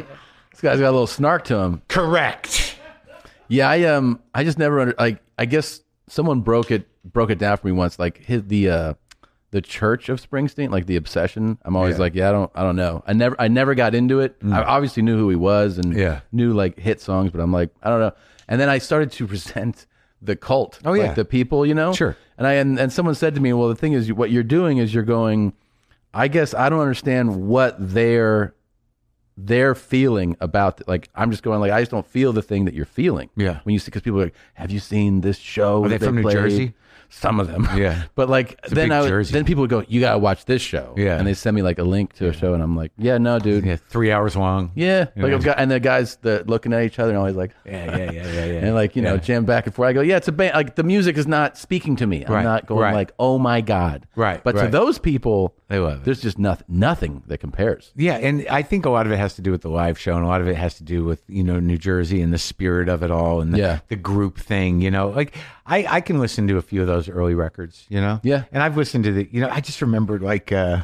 this guy's got a little snark to him. Correct." Yeah, I um, I just never under like. I guess someone broke it broke it down for me once. Like his the uh, the church of Springsteen, like the obsession. I'm always like, yeah, I don't, I don't know. I never, I never got into it. I obviously knew who he was and Mm. Yeah. knew like hit songs, but I'm like, I don't know. And then I started to present the cult. Oh yeah. the people, you know. Sure. And I and, and someone said to me, well, the thing is, what you're doing is you're going. I guess I don't understand what their their feeling about like I'm just going like I just don't feel the thing that you're feeling. Yeah. When you see because people are like, have you seen this show? Are they that from New played?" Jersey? Some of them. Yeah. but like a then big I would, Jersey. then people would go, you gotta watch this show. Yeah. And they send me like a link to a show, and I'm like, yeah, no, dude. Yeah. Yeah, three hours long. Like I've got and the guys that looking at each other and always like. yeah, yeah, yeah, yeah. yeah. And like you know, jam back and forth. I go, yeah, it's a band. Like the music is not speaking to me. I'm Right, not going right. like, oh my god. Right, But to right. those people, They love it. There's just nothing, nothing that compares. Yeah, and I think a lot of it has to do with the live show, and a lot of it has to do with you know New Jersey and the spirit of it all, and the, Yeah. the group thing. You know, like I I can listen to a few of those early records. You know, Yeah. and I've listened to the you know I just remembered like. uh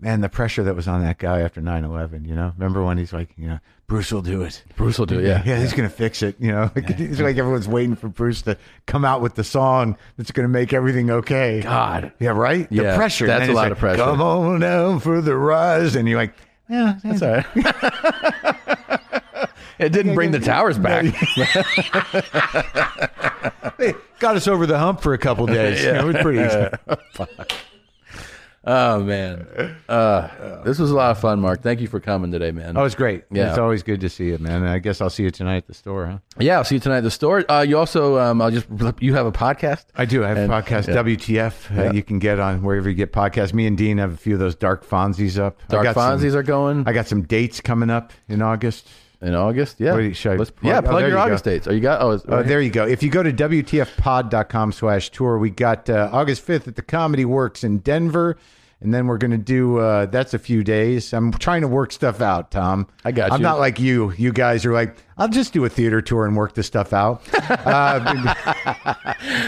Man, the pressure that was on that guy after 9-11, you know? Remember when he's like, you know, Bruce will do it. Bruce will do it. Yeah. Yeah, he's going to fix it, you know? Like, It's like everyone's waiting for Bruce to come out with the song that's going to make everything okay. God. Yeah, right? Yeah, the pressure. that's And then a it's lot like, of pressure. Come on down for the rise. And you're like, yeah, That's all right. it didn't bring the towers back. Hey, got us over the hump for a couple days. yeah. it was pretty easy. oh man, uh, this was a lot of fun, Mark. Thank you for coming today, man. Oh, it's great. Yeah. It's always good to see you, man. And I guess I'll see you tonight at the store, huh? yeah, I'll see you tonight at the store. Uh, you also, um, I'll just you have a podcast. I do. I have And- a podcast, yeah. WTF. Uh, you can get on wherever you get podcasts. Me and Dean have a few of those Dark Fonzies up. I Dark got some- Fonzies are going I got some dates coming up in August. in August. Yeah, Wait, should I Let's- plug- yeah, oh, plug your there you go. August dates. Are you got? Oh, it's- Uh, there you go. If you go to WTFpod.com slash tour, we got uh, August 5th at the Comedy Works in Denver. And then we're going to do, uh, that's a few days. I'm trying to work stuff out, Tom. I got I'm you. not like you. You guys are like, I'll just do a theater tour and work this stuff out. Uh,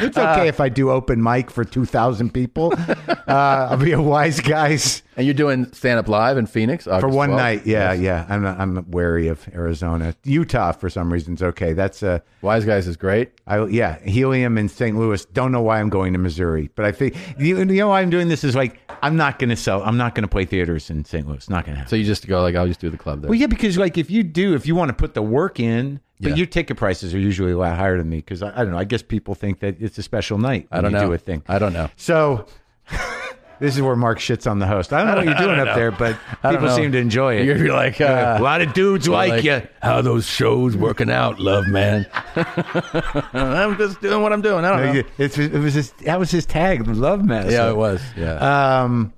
it's okay if I do open mic for 2,000 people. Uh, I'll be a wise guys and you're doing stand up live in Phoenix for August one 12th. night. Yeah, yeah. I'm, I'm wary of Arizona. Utah, for some reason, is okay. That's a. Wise Guys is great. I yeah, helium in St. Louis. Don't know why I'm going to Missouri, but I think you, you know why I'm doing this is like I'm not going to sell. I'm not going to play theaters in St. Louis. Not going to happen. So you just go like, I'll just do the club there. well, yeah, because like if you do, if you want to put the work in, but Yeah. your ticket prices are usually a lot higher than me because I, I don't know. I guess people think that it's a special night. I don't you know. Do a thing. I don't know. So. This is where Mark shits on the host. I don't know what you're doing up there, but I don't people know. seem to enjoy it. You're, you're like, uh, a lot of dudes like, you. How those shows working out, love man. I'm just doing what I'm doing. I don't know. It's, it was his, that was his tag, the love medicine. Yeah, it was. Yeah. Um,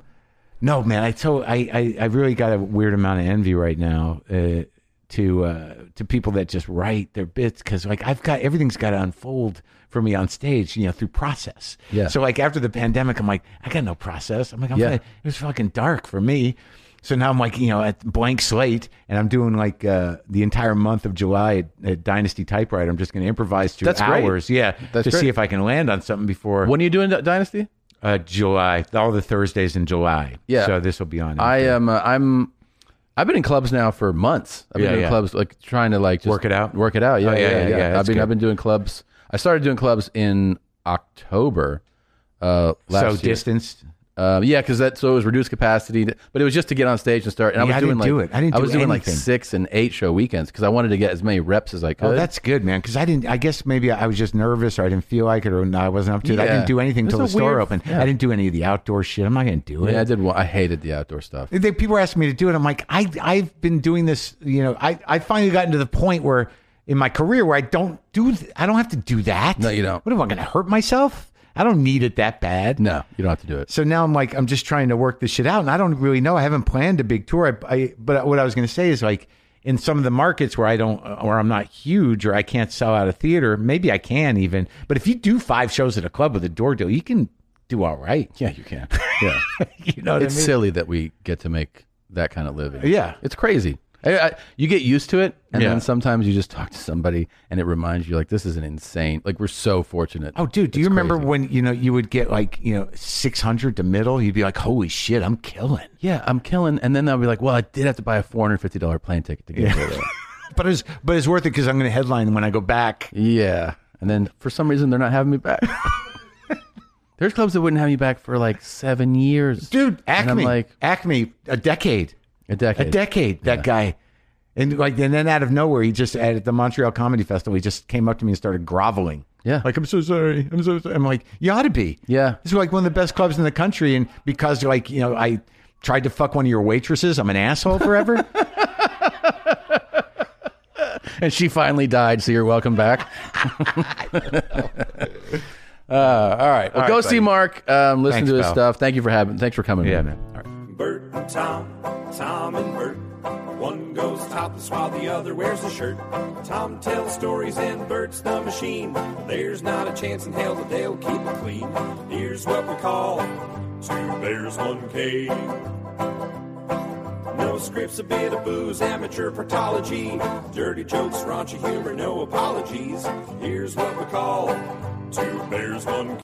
no, man, I so I, I I really got a weird amount of envy right now. Uh, to uh, to people that just write their bits because like I've got everything's got to unfold for me on stage, you know, through process. Yeah. So like after the pandemic, I'm like, I got no process. I'm like, I'm Yeah. gonna, it was fucking dark for me. So now I'm like, you know, at blank slate, and I'm doing like uh, the entire month of July at, at Dynasty Typewriter. I'm just going to improvise through That's great. hours, yeah, That's to see great. if I can land on something before When are you doing Dynasty? uh, July, all the Thursdays in July. Yeah. So this will be on. I am. Uh, I'm. I've been in clubs now for months. I've been Yeah, doing yeah. clubs like trying to like just Work it out? Work it out. Yeah, Oh, yeah, yeah, yeah, yeah. yeah, I've that's been good. I've been doing clubs. I started doing clubs in October uh, last so year. distanced. Um, yeah, because that so it was reduced capacity, but it was just to get on stage and start. And I Yeah, was I doing didn't like do it. I didn't do was doing like anything. six and eight show weekends because I wanted to get as many reps as I could. Oh, that's good, man. Because I didn't. I guess maybe I was just nervous, or I didn't feel like it, or I wasn't up to it. I Yeah. didn't do anything It's until a the store weird- opened. yeah. I didn't do any of the outdoor shit. I'm not going to do it. yeah. I did. one- I hated the outdoor stuff. They, people were asking me to do it. I'm like, I I've been doing this. You know, I I finally gotten to the point where in my career where I don't do. th- I don't have to do that. No, you don't. What am I going to hurt myself? I don't need it that bad. No, you don't have to do it. So now I'm like, I'm just trying to work this shit out, and I don't really know. I haven't planned a big tour. I, I but what I was going to say is like, in some of the markets where I don't, or I'm not huge, or I can't sell out a theater, maybe I can even. But if you do five shows at a club with a door deal, you can do all right. Yeah, you can. Yeah, you know what it's I mean? silly that we get to make that kind of living. Yeah. it's crazy. I, I, you get used to it, and Yeah. then sometimes you just talk to somebody, and it reminds you like this is an insane. Like we're so fortunate. Oh, dude, do you remember when you know you would get like you know 600 to middle? You'd be like, holy shit, I'm killing. yeah, I'm killing, and then I'll be like, well, I did have to buy a four hundred fifty dollar plane ticket to get there. But it's but it's worth it because I'm going to headline when I go back. Yeah. And then for some reason, they're not having me back. There's clubs that wouldn't have me back for like seven years. Dude, And Acme, I'm like, Acme, a decade. a decade. a decade that guy and like and then out of nowhere he just at the montreal comedy festival he just came up to me and started groveling Yeah. like i'm so sorry i'm so sorry i'm like you ought to be Yeah. it's like one of the best clubs in the country and because like you know i tried to fuck one of your waitresses i'm an asshole forever and she finally died, so you're welcome back. uh, all right. Well, All go right, buddy. see Mark. Um, listen Thanks, to his pal. stuff. Thank you for having. Thanks for coming. Yeah, man. All right. Bert and Tom, Tom and Bert. One goes topless while the other wears a shirt. Tom tells stories and Bert's the machine. There's not a chance in hell that they'll keep it clean. Here's what we call two bears, one cave. No scripts, a bit of booze, amateur partology. Dirty jokes, raunchy humor, no apologies. Here's what we call two bears, one cave.